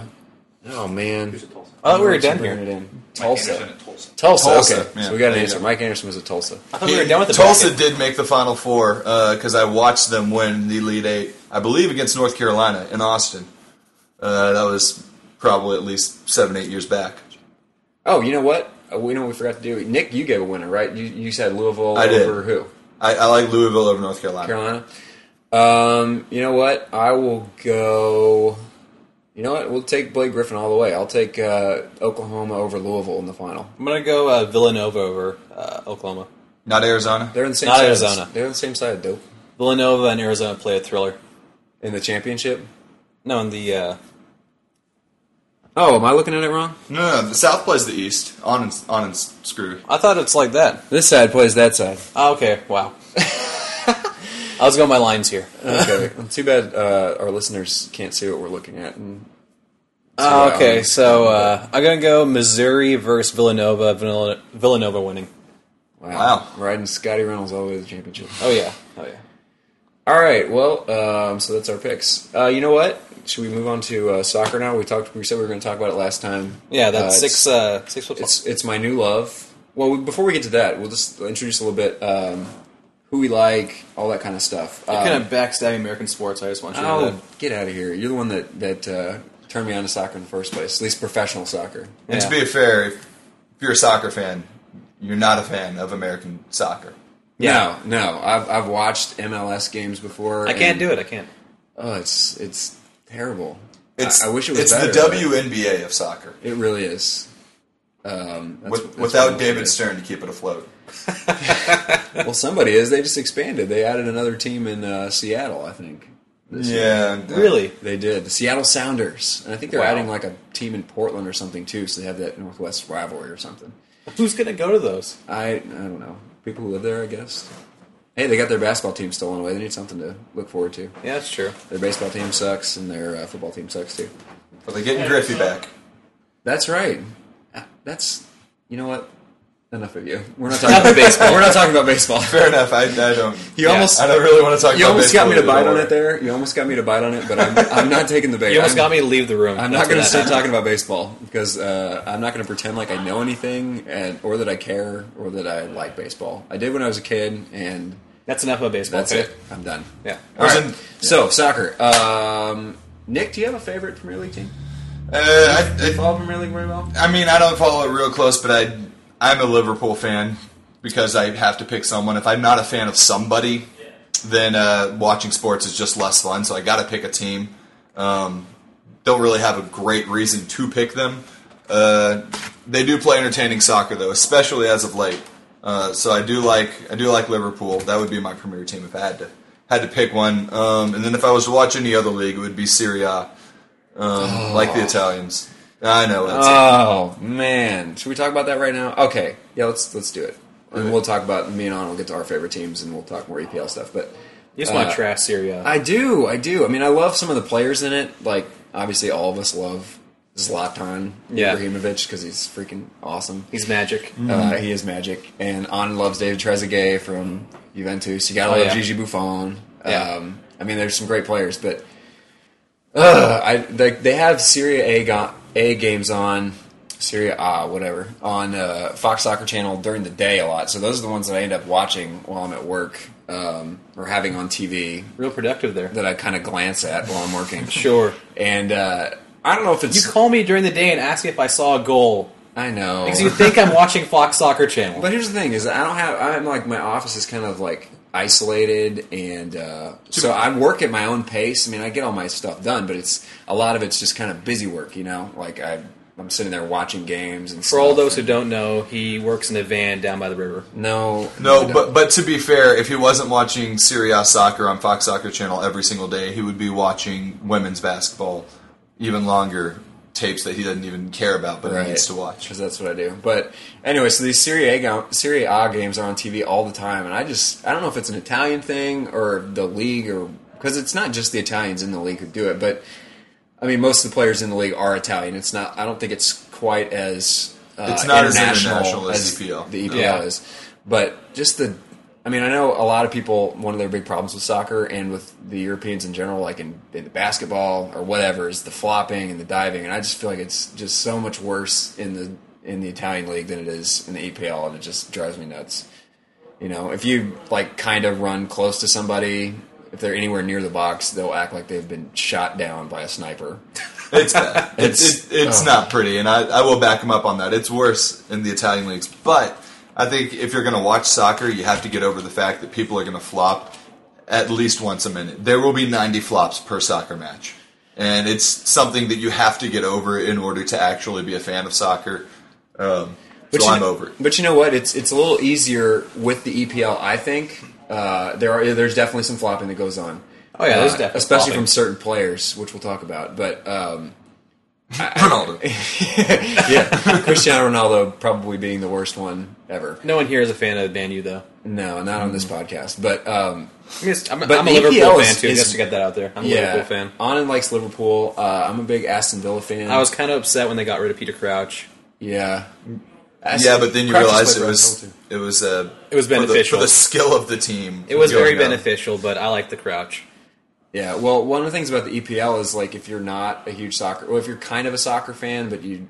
Speaker 1: oh, man.
Speaker 4: Who's at Tulsa?
Speaker 2: I thought we were done
Speaker 1: Bringing
Speaker 2: here.
Speaker 1: it in.
Speaker 4: Mike
Speaker 1: Uh,
Speaker 4: Anderson
Speaker 1: Tulsa.
Speaker 4: at Tulsa.
Speaker 1: Tulsa.
Speaker 3: Tulsa,
Speaker 1: Okay.
Speaker 3: yeah.
Speaker 1: So we got
Speaker 3: There
Speaker 1: an
Speaker 3: you
Speaker 1: answer.
Speaker 3: go.
Speaker 1: Mike Anderson was a Tulsa.
Speaker 2: I thought we were done with the
Speaker 3: Tulsa
Speaker 2: bracket.
Speaker 3: did make the Final Four because I watched them win the Elite Eight, I believe, against North Carolina in Austin. Uh, that was probably at least seven, eight years back.
Speaker 1: Oh, you know what? Uh, We know what we forgot to do. Nick, you gave a winner, right? You, you said Louisville
Speaker 3: I did.
Speaker 1: over who?
Speaker 3: I, I like Louisville over North Carolina.
Speaker 1: Carolina. Um, you know what? I will go. You know what? We'll take Blake Griffin all the way. I'll take uh, Oklahoma over Louisville in the final.
Speaker 2: I'm going to go uh, Villanova over uh, Oklahoma.
Speaker 3: Not Arizona.
Speaker 1: They're on the same
Speaker 2: Not
Speaker 1: side.
Speaker 2: Arizona.
Speaker 1: They're on the same side, dope.
Speaker 2: Villanova and Arizona play a thriller.
Speaker 1: In the championship.
Speaker 2: No, in the. Uh,
Speaker 1: Oh, am I looking at it wrong?
Speaker 3: No, no, no, the South plays the East. On and on and screw.
Speaker 2: I thought it's like that.
Speaker 1: This side plays that side.
Speaker 2: Oh, okay, wow. I was going my lines here.
Speaker 1: Okay. Well, Too bad uh, our listeners can't see what we're looking at. And
Speaker 2: Uh,
Speaker 1: So,
Speaker 2: okay,
Speaker 1: um,
Speaker 2: so uh, I'm gonna go Missouri versus Villanova. Villanova, Villanova winning.
Speaker 1: wow,
Speaker 3: Wow.
Speaker 1: riding Scotty Reynolds all the way to the championship.
Speaker 2: Oh yeah, oh yeah.
Speaker 1: All right. Well, um, so that's our picks. Uh, you know what? Should we move on to uh, soccer now? We talked. We said we were going to talk about it last time.
Speaker 2: Yeah, that's
Speaker 1: Uh,
Speaker 2: six. Uh, six foot.
Speaker 1: It's, it's it's my new love. Well, we, before we get to that, we'll just introduce a little bit um, who we like, all that kind of stuff. Um,
Speaker 2: kind of backstabbing American sports. I just want you to know.
Speaker 1: oh, get out of here! You're the one that that uh, turned me on to soccer in the first place, at least professional soccer.
Speaker 2: that.
Speaker 3: And to be fair, if you're a soccer fan, you're not a fan of American soccer.
Speaker 2: Yeah.
Speaker 1: No, no. I've I've watched MLS games before.
Speaker 2: I can't
Speaker 1: and-
Speaker 2: do it. I can't.
Speaker 1: Oh, it's it's terrible.
Speaker 3: It's
Speaker 1: I, I wish it was.
Speaker 3: it's
Speaker 1: better,
Speaker 3: the
Speaker 1: but
Speaker 3: WNBA of soccer
Speaker 1: It really is. Um, that's-
Speaker 3: with,
Speaker 1: that's what
Speaker 3: without
Speaker 1: it
Speaker 3: David
Speaker 1: is.
Speaker 3: Stern to keep it afloat.
Speaker 1: Well, somebody is. They just expanded. They added another team in uh, Seattle, I think. this year.
Speaker 3: Yeah, and, uh,
Speaker 2: Really?
Speaker 1: They did. The Seattle Sounders. And I think they're
Speaker 2: Wow.
Speaker 1: adding like a team in Portland or something too, so they have that Northwest rivalry or something.
Speaker 2: Who's gonna go to those?
Speaker 1: I I don't know. People who live there, I guess. Hey, they got their basketball team stolen away. They need something to look forward to.
Speaker 2: Yeah, that's true.
Speaker 1: Their baseball team sucks, and their uh, football team sucks too.
Speaker 3: But they're getting Griffey back.
Speaker 1: That's right. Uh, That's you know what. Enough of you. We're not talking about baseball. We're not talking about baseball.
Speaker 3: Fair enough. I, I don't.
Speaker 1: You
Speaker 2: Yeah,
Speaker 1: almost
Speaker 3: I don't really want to talk.
Speaker 1: You
Speaker 3: about
Speaker 1: almost got me to
Speaker 3: baseball
Speaker 1: bite on
Speaker 3: either.
Speaker 1: it there. You almost got me to bite on it, but I'm, I'm not taking the bait.
Speaker 2: You almost
Speaker 1: I'm,
Speaker 2: got me to leave the room.
Speaker 1: I'm not going to
Speaker 2: That's what
Speaker 1: start
Speaker 2: that
Speaker 1: talking about baseball because uh, I'm not going to pretend like I know anything and or that I care or that I like baseball. I did when I was a kid, and
Speaker 2: happened. That's enough about baseball.
Speaker 1: that's
Speaker 2: okay?
Speaker 1: it. I'm done.
Speaker 2: Yeah.
Speaker 1: All right.
Speaker 3: Wasn't-
Speaker 1: So soccer. Um, Nick, do you have a favorite Premier League team?
Speaker 3: Uh,
Speaker 1: Do you
Speaker 3: I,
Speaker 1: follow Premier League very well?
Speaker 3: I mean, I don't follow it real close, but I, I'm a Liverpool fan because I have to pick someone. If I'm not a fan of somebody, then uh, watching sports is just less fun. So I got to pick a team. Um, don't really have a great reason to pick them. Uh, they do play entertaining soccer though, especially as of late. Uh, so I do like I do like Liverpool. That would be my premier team if I had to had to pick one. Um, and then if I was to watch any other league, it would be Serie A, um, like the Italians. I know that's
Speaker 1: Oh man, should we talk about that right now? Okay, yeah, let's let's do it, and we'll talk about me and on. We'll get to our favorite teams, and we'll talk more EPL stuff. But
Speaker 2: You just want
Speaker 1: Uh,
Speaker 2: to trash Syria.
Speaker 1: I do, I do. I mean, I love some of the players in it. Like, obviously, all of us love Zlatan
Speaker 2: Yeah.
Speaker 1: Ibrahimovic because he's freaking awesome.
Speaker 2: He's magic.
Speaker 1: Uh, he is magic, and on loves David Trezeguet from Juventus. You gotta
Speaker 2: Oh,
Speaker 1: love
Speaker 2: yeah.
Speaker 1: Gigi Buffon.
Speaker 2: Yeah.
Speaker 1: Um, I mean, there's some great players, but uh, I they, they have Syria A, go- A games on Syria A, whatever, on uh, Fox Soccer Channel during the day a lot. So those are the ones that I end up watching while I'm at work um, or having on TV
Speaker 2: Real productive there.
Speaker 1: that I kind of glance at while I'm working.
Speaker 2: Sure.
Speaker 1: And uh, I don't know if
Speaker 2: You
Speaker 1: it's
Speaker 2: call me during the day and ask me if I saw a goal.
Speaker 1: I know
Speaker 2: Because you think I'm watching Fox Soccer Channel.
Speaker 1: But here's the thing: is I don't have. I'm like my office is kind of like isolated, and uh, so I work at my own pace. I mean, I get all my stuff done, but it's a lot of it's just kind of busy work. You know, like I, I'm sitting there watching games and
Speaker 2: For all those who don't know, he works in a van down by the river.
Speaker 1: no, I
Speaker 3: No,
Speaker 1: don't.
Speaker 3: but but to be fair, if he wasn't watching Serie A soccer on Fox Soccer Channel every single day, he would be watching women's basketball, even longer tapes that he doesn't even care about, but
Speaker 1: Right.
Speaker 3: he needs to watch.
Speaker 1: because that's what I do. But anyway, so these Serie A, go- Serie A games are on TV all the time, and I just I don't know if it's an Italian thing or the league or because it's not just the Italians in the league who do it, but I mean most of the players in the league are Italian. It's not I don't think it's quite as uh,
Speaker 3: It's not as international as EPL.
Speaker 1: the E EPL
Speaker 2: Yeah.
Speaker 1: is, but just the. I mean, I know a lot of people. One of their big problems with soccer and with the Europeans in general, like in, in the basketball or whatever, is the flopping and the diving. And I just feel like it's just so much worse in the in the Italian league than it is in the EPL, and it just drives me nuts. You know, if you like kind of run close to somebody, if they're anywhere near the box, they'll act like they've been shot down by a sniper.
Speaker 3: It's bad. it's
Speaker 1: It's-
Speaker 3: it, it's
Speaker 1: oh.
Speaker 3: not pretty, and I, I will back him up on that. It's worse in the Italian leagues, but I think if you're going to watch soccer, you have to get over the fact that people are going to flop at least once a minute. There will be 90 flops per soccer match, and it's something that you have to get over in order to actually be a fan of soccer. Um, so
Speaker 1: you
Speaker 3: I'm
Speaker 1: know,
Speaker 3: over it.
Speaker 1: But you know what? It's it's a little easier with the EPL. I think uh, there are there's definitely some flopping that goes on.
Speaker 2: Oh, yeah, there's
Speaker 1: Uh,
Speaker 2: definitely
Speaker 1: especially
Speaker 2: flopping.
Speaker 1: uh, from certain players, which we'll talk about. But um,
Speaker 3: Ronaldo.
Speaker 1: yeah, Cristiano Ronaldo probably being the worst one ever.
Speaker 2: No one here is a fan of Man U, though.
Speaker 1: No, not on this
Speaker 3: Hmm.
Speaker 1: podcast, but um,
Speaker 2: I mean, it's- I'm,
Speaker 1: But
Speaker 2: I'm a
Speaker 1: the
Speaker 2: Liverpool
Speaker 1: EPL
Speaker 2: fan
Speaker 1: is-
Speaker 2: too.
Speaker 1: is-
Speaker 2: just to get that out there, I'm a
Speaker 1: yeah,
Speaker 2: Liverpool fan.
Speaker 1: Anan likes Liverpool. Uh, I'm a big Aston Villa fan.
Speaker 2: I was kind of upset when they got rid of Peter Crouch.
Speaker 1: yeah,
Speaker 3: Yeah, but then you
Speaker 1: Crouch is
Speaker 3: realize
Speaker 1: played
Speaker 3: it
Speaker 1: for
Speaker 3: was
Speaker 1: Arsenal,
Speaker 3: it was uh,
Speaker 2: It was
Speaker 3: for the-
Speaker 2: beneficial.
Speaker 3: for the, skill of the team.
Speaker 2: It was very
Speaker 3: going up.
Speaker 2: beneficial, but I like the Crouch.
Speaker 1: Yeah, well, one of the things about the EPL is like if you're not a huge soccer, well, if you're kind of a soccer fan, but you,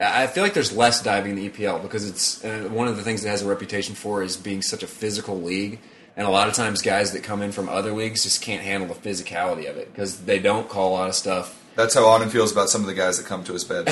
Speaker 1: I I feel like there's less diving in the EPL because it's uh, one of the things it has a reputation for is being such a physical league, and a lot of times guys that come in from other leagues just can't handle the physicality of it because they don't call a lot of stuff.
Speaker 3: That's how Auden feels about some of the guys that come to his bed.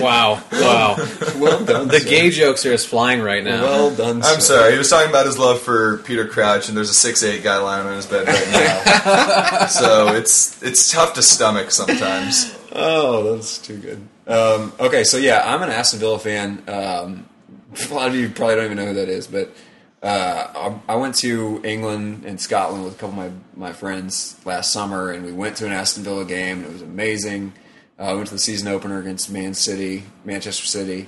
Speaker 2: Wow, wow.
Speaker 1: Well done.
Speaker 2: the gay jokes are just flying right now.
Speaker 1: Well done.
Speaker 3: I'm sorry. He was talking about his love for Peter Crouch, and there's a six eight guy lying on his bed right now. so it's it's tough to stomach sometimes.
Speaker 1: Oh, that's too good. Um, okay, so yeah, I'm an Aston Villa fan. Um, a lot of you probably don't even know who that is, but uh, I, I went to England and Scotland with a couple of my, my friends last summer, and we went to an Aston Villa game, and it was amazing. Uh, I went to the season opener against Man City, Manchester City,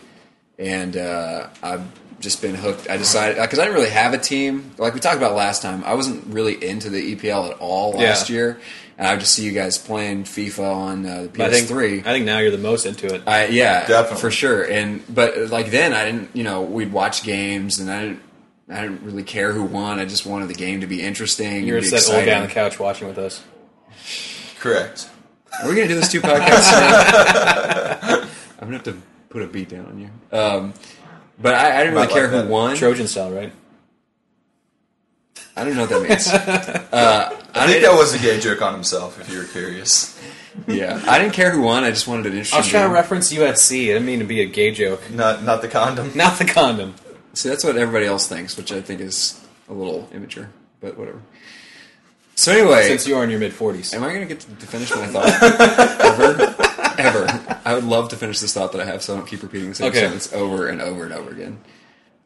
Speaker 1: and uh, I've just been hooked. I decided because I didn't really have a team, like we talked about last time. I wasn't really into the EPL at all last
Speaker 2: Yeah.
Speaker 1: year, and I would just see you guys playing FIFA on uh, the PS3.
Speaker 2: I think I think now you're the most into it.
Speaker 1: I yeah,
Speaker 3: Definitely.
Speaker 1: for sure. And but like then I didn't, you know, we'd watch games and I didn't, I didn't really care who won. I just wanted the game to be interesting.
Speaker 2: You're
Speaker 1: and be
Speaker 2: just that old guy on the
Speaker 1: exciting.
Speaker 2: couch watching with us.
Speaker 3: Correct.
Speaker 1: Are we gonna do this two podcasts? tonight? I'm gonna have to put a beat down on you. Um, but I, I didn't really
Speaker 3: Might like
Speaker 1: care
Speaker 3: that.
Speaker 1: who won.
Speaker 2: Trojan style, right?
Speaker 1: I don't know what that means.
Speaker 3: I think that was a gay joke on himself. If you were curious,
Speaker 1: yeah, I didn't care who won. I just wanted an interesting.
Speaker 2: I was trying to
Speaker 1: game.
Speaker 2: reference USC. I didn't mean to be a gay joke.
Speaker 3: not not the condom.
Speaker 2: Not the condom.
Speaker 1: See, that's what everybody else thinks, which I think is a little immature, but whatever. So anyway,
Speaker 2: Since you are in your mid 40s.
Speaker 1: Am I going to get to to finish my thought? ever? Ever. I would love to finish this thought that I have so I don't keep repeating the same
Speaker 2: Okay.
Speaker 1: sentence over and over and over again.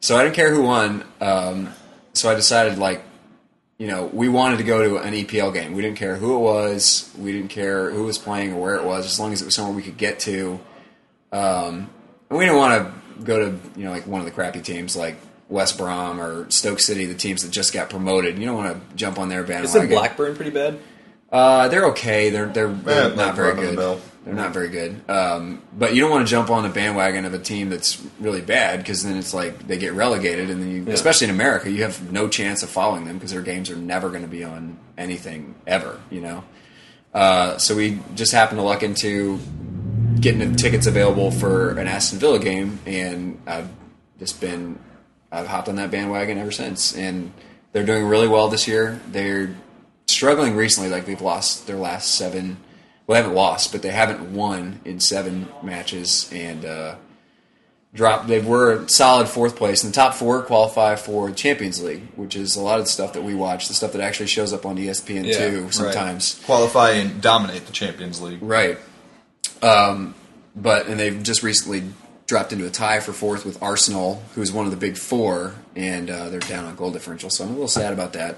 Speaker 1: So I didn't care who won. Um, so I decided, like, you know, we wanted to go to an EPL game. We didn't care who it was. We didn't care who was playing or where it was, as long as it was somewhere we could get to. Um, and we didn't want to go to, you know, like one of the crappy teams like West Brom or Stoke City, the teams that just got promoted. You don't want to jump on their bandwagon.
Speaker 2: Isn't Blackburn pretty bad?
Speaker 1: Uh, they're okay. They're they're, they're
Speaker 3: Yeah,
Speaker 1: not very
Speaker 3: Eh, run on the
Speaker 1: good.
Speaker 3: mill.
Speaker 1: They're not very good. Um, but you don't want to jump on the bandwagon of a team that's really bad because then it's like they get relegated, and then you, especially in America, you have no chance of following them because their games are never going to be on anything ever. You know. Uh, so we just happened to luck into getting the tickets available for an Aston Villa game, and I've just been I've hopped on that bandwagon ever since. And they're doing really well this year. They're struggling recently, like they've lost their last seven. Well, they haven't lost, but they haven't won in seven matches, and uh, dropped. They were solid fourth place, and the top four qualify for Champions League, which is a lot of the stuff that we watch, the stuff that actually shows up on E ESPN
Speaker 2: Yeah,
Speaker 1: two
Speaker 2: right.
Speaker 1: sometimes.
Speaker 3: Qualify and dominate the Champions League.
Speaker 1: Right. Um, but and they've just recently dropped into a tie for fourth with Arsenal, who's one of the big four, and uh, they're down on goal differential. So I'm a little sad about that.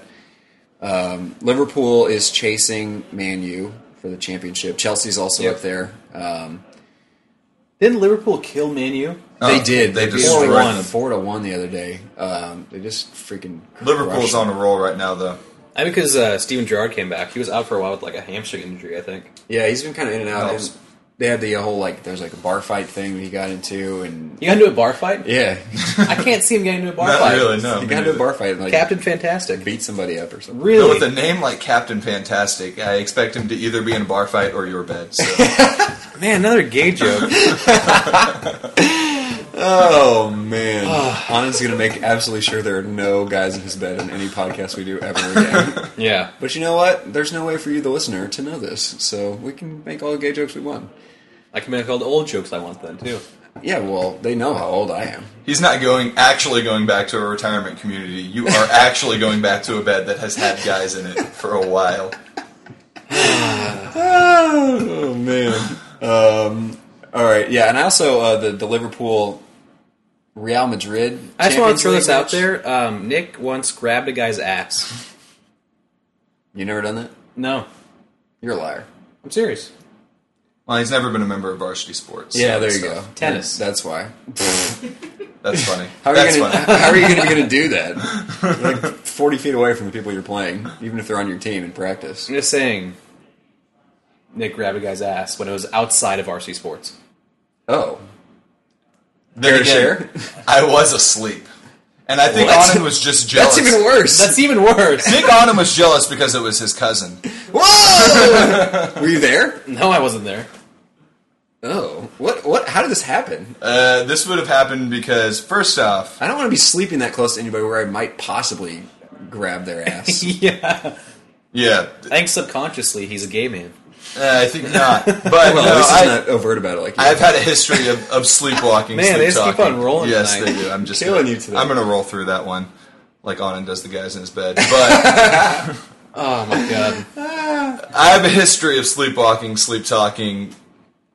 Speaker 1: Um, Liverpool is chasing Man U for the championship. Chelsea's also
Speaker 2: Yep.
Speaker 1: up there. Um,
Speaker 2: Didn't Liverpool kill Man U?
Speaker 1: they
Speaker 3: Oh,
Speaker 1: did.
Speaker 3: they
Speaker 1: beat four
Speaker 3: destroyed
Speaker 1: to one.
Speaker 2: them.
Speaker 1: Four to one the other day. Um, they just freaking
Speaker 3: Liverpool's
Speaker 1: crushed
Speaker 3: on
Speaker 1: them.
Speaker 3: a roll right now, though.
Speaker 2: I think because uh, Steven Gerrard came back. He was out for a while with like a hamstring injury, I think.
Speaker 1: Yeah, he's been kind of in and out.
Speaker 3: Helps.
Speaker 1: And they had the whole like there's like a bar fight thing that he got into, and
Speaker 2: You got into a bar fight?
Speaker 1: yeah,
Speaker 2: I can't see him getting into a bar
Speaker 3: Not
Speaker 2: fight.
Speaker 3: really. No,
Speaker 1: he
Speaker 3: me
Speaker 1: got into a
Speaker 3: neither.
Speaker 1: bar fight. And, like,
Speaker 2: Captain Fantastic.
Speaker 1: beat somebody up or something.
Speaker 2: Really?
Speaker 3: But with a name like Captain Fantastic, I expect him to either be in a bar fight or your bed. So.
Speaker 2: Man, another gay joke.
Speaker 1: Oh man,
Speaker 2: Ah.
Speaker 1: Anand's gonna make absolutely sure there are no guys in his bed in any podcast we do ever again.
Speaker 2: yeah.
Speaker 1: but you know what? There's no way for you, the listener, to know this, so we can make all the gay jokes we want.
Speaker 2: I can make all the old jokes I want then, too.
Speaker 1: Yeah, well, they know how old I am.
Speaker 3: He's not going actually going back to a retirement community. You are actually going back to a bed that has had guys in it for a while.
Speaker 1: Oh man. Um, all right, yeah, and I also uh, the the Liverpool Real Madrid.
Speaker 2: I just
Speaker 1: Champions
Speaker 2: want to throw
Speaker 1: League
Speaker 2: this out
Speaker 1: match.
Speaker 2: there. Um, Nick once grabbed a guy's ass.
Speaker 1: You never done that?
Speaker 2: No.
Speaker 1: You're a liar.
Speaker 2: I'm serious.
Speaker 3: Well, he's never been a member of varsity sports.
Speaker 1: Yeah, there you
Speaker 3: So,
Speaker 1: go.
Speaker 2: Tennis.
Speaker 1: That's why.
Speaker 3: That's funny.
Speaker 1: How are
Speaker 3: That's
Speaker 1: you gonna,
Speaker 3: funny.
Speaker 1: How are you gonna, gonna do that? You're like forty feet away from the people you're playing, even if they're on your team in practice.
Speaker 2: I'm just saying, Nick grabbed a guy's ass when it was outside of RC Sports.
Speaker 1: Oh,
Speaker 3: Then
Speaker 1: Fair
Speaker 3: again, I was asleep, and I think
Speaker 1: What?
Speaker 3: Onan was just jealous.
Speaker 1: that's even worse.
Speaker 2: That's even worse.
Speaker 3: Nick Onan was jealous because it was his cousin.
Speaker 1: Whoa! Were you there?
Speaker 2: no, I wasn't there.
Speaker 1: Oh, what? What? How did this happen?
Speaker 3: Uh, this would have happened because first off,
Speaker 1: I don't want to be sleeping that close to anybody where I might possibly grab their ass.
Speaker 2: yeah,
Speaker 3: yeah,
Speaker 2: I think subconsciously he's a gay man.
Speaker 3: uh, I think not. But
Speaker 1: well,
Speaker 3: no,
Speaker 1: at least
Speaker 3: I,
Speaker 1: he's not overt about it. Like you.
Speaker 3: I've had a history of, of sleepwalking.
Speaker 2: Man, they just keep
Speaker 3: sleep-talking.
Speaker 2: on rolling
Speaker 3: Yes,
Speaker 2: tonight.
Speaker 3: they do. I'm just
Speaker 1: Killing
Speaker 3: gonna,
Speaker 1: you today.
Speaker 3: I'm gonna roll through that one, like Onan does the guys in his bed. But
Speaker 2: Oh my god.
Speaker 3: I have a history of sleepwalking, sleep talking,
Speaker 2: Sleep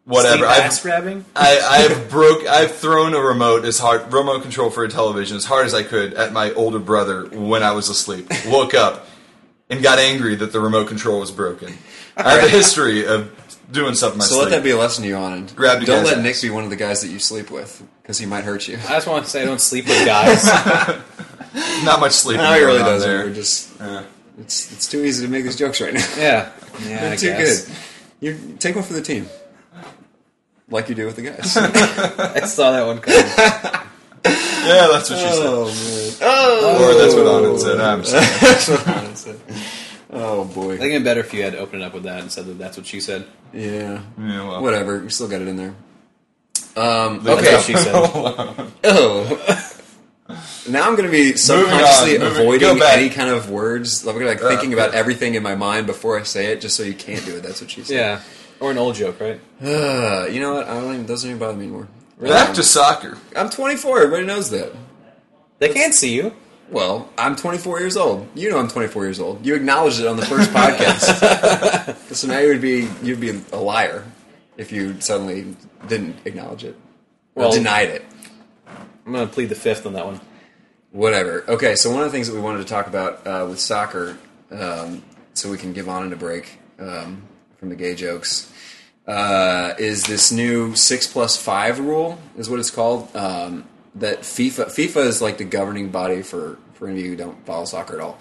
Speaker 3: whatever. I've-
Speaker 2: ass grabbing.
Speaker 3: I, I've broke. I've thrown a remote as hard remote control for a television as hard as I could at my older brother when I was asleep. Woke up and got angry that the remote control was broken. I have a history of doing stuff in my
Speaker 1: so
Speaker 3: sleep.
Speaker 1: let that be a lesson to you, Anand.
Speaker 3: Grabbed a
Speaker 1: Don't
Speaker 3: guy's
Speaker 1: let
Speaker 3: ass.
Speaker 1: Nick be one of the guys that you sleep with because he might hurt you.
Speaker 2: I just want to say I don't sleep with guys.
Speaker 3: Not much sleep.
Speaker 1: No, he really
Speaker 3: going on
Speaker 1: doesn't.
Speaker 3: there.
Speaker 1: We're just it's it's too easy to make these jokes right now.
Speaker 2: yeah, yeah, I
Speaker 1: too
Speaker 2: guess.
Speaker 1: good. You take one for the team, like you do with the guys.
Speaker 2: I saw that one coming.
Speaker 3: Yeah, that's what she said.
Speaker 1: man!
Speaker 3: Or that's what Anand said. I'm sorry.
Speaker 1: Oh boy!
Speaker 2: I think it'd be better if you had opened it up with that and said that that's what she said.
Speaker 1: Yeah.
Speaker 3: Yeah, well.
Speaker 1: Whatever. We still got it in there. Um.
Speaker 2: That's
Speaker 1: Okay.
Speaker 2: what she said.
Speaker 1: Oh. Now I'm going to be subconsciously
Speaker 3: on, moving-
Speaker 1: avoiding
Speaker 3: go back.
Speaker 1: any kind of words. I'm going to like thinking
Speaker 3: okay.
Speaker 1: about everything in my mind before I say it, just so you can't do it. That's what she said.
Speaker 2: yeah, or an old joke, right?
Speaker 1: Uh, you know what? I don't even doesn't even bother me anymore.
Speaker 3: Back to soccer.
Speaker 1: I'm 24. Everybody knows that.
Speaker 2: They can't see you.
Speaker 1: Well, I'm 24 years old. You know I'm 24 years old. You acknowledged it on the first podcast. so now you would be you'd be a liar if you suddenly didn't acknowledge it or
Speaker 2: Well-
Speaker 1: denied it.
Speaker 2: I'm gonna plead the fifth on that one.
Speaker 1: Whatever. Okay, so one of the things that we wanted to talk about uh, with soccer, um, so we can give on in a break um, from the gay jokes, uh, is this new six plus five rule, is what it's called. Um, that FIFA FIFA is like the governing body for for any of you who don't follow soccer at all.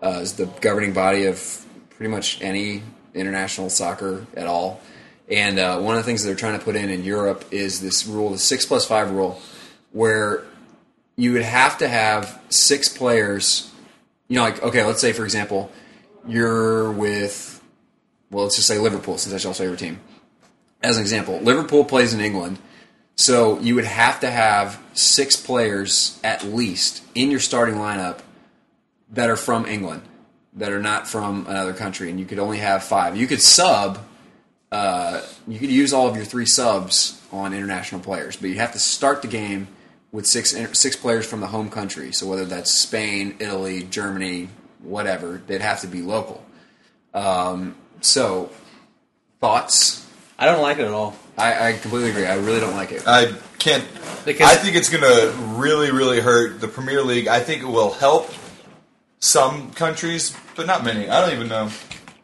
Speaker 1: Uh, is the governing body of pretty much any international soccer at all. And uh, one of the things that they're trying to put in in Europe is this rule, the six plus five rule, where you would have to have six players. You know, like okay, let's say for example, you're with, well, let's just say Liverpool since that's y'all's favorite team. As an example, Liverpool plays in England, so you would have to have six players at least in your starting lineup that are from England, that are not from another country, and you could only have five. You could sub you could use all of your three subs on international players, but you have to start the game with six six players from the home country. So whether that's Spain, Italy, Germany, whatever, they'd have to be local. Um, so thoughts?
Speaker 2: I don't like it at all.
Speaker 1: I, I completely agree. I really don't like it.
Speaker 3: I can't.
Speaker 2: Because-
Speaker 3: I think it's going to really, really hurt the Premier League. I think it will help some countries, but not many. I don't even know.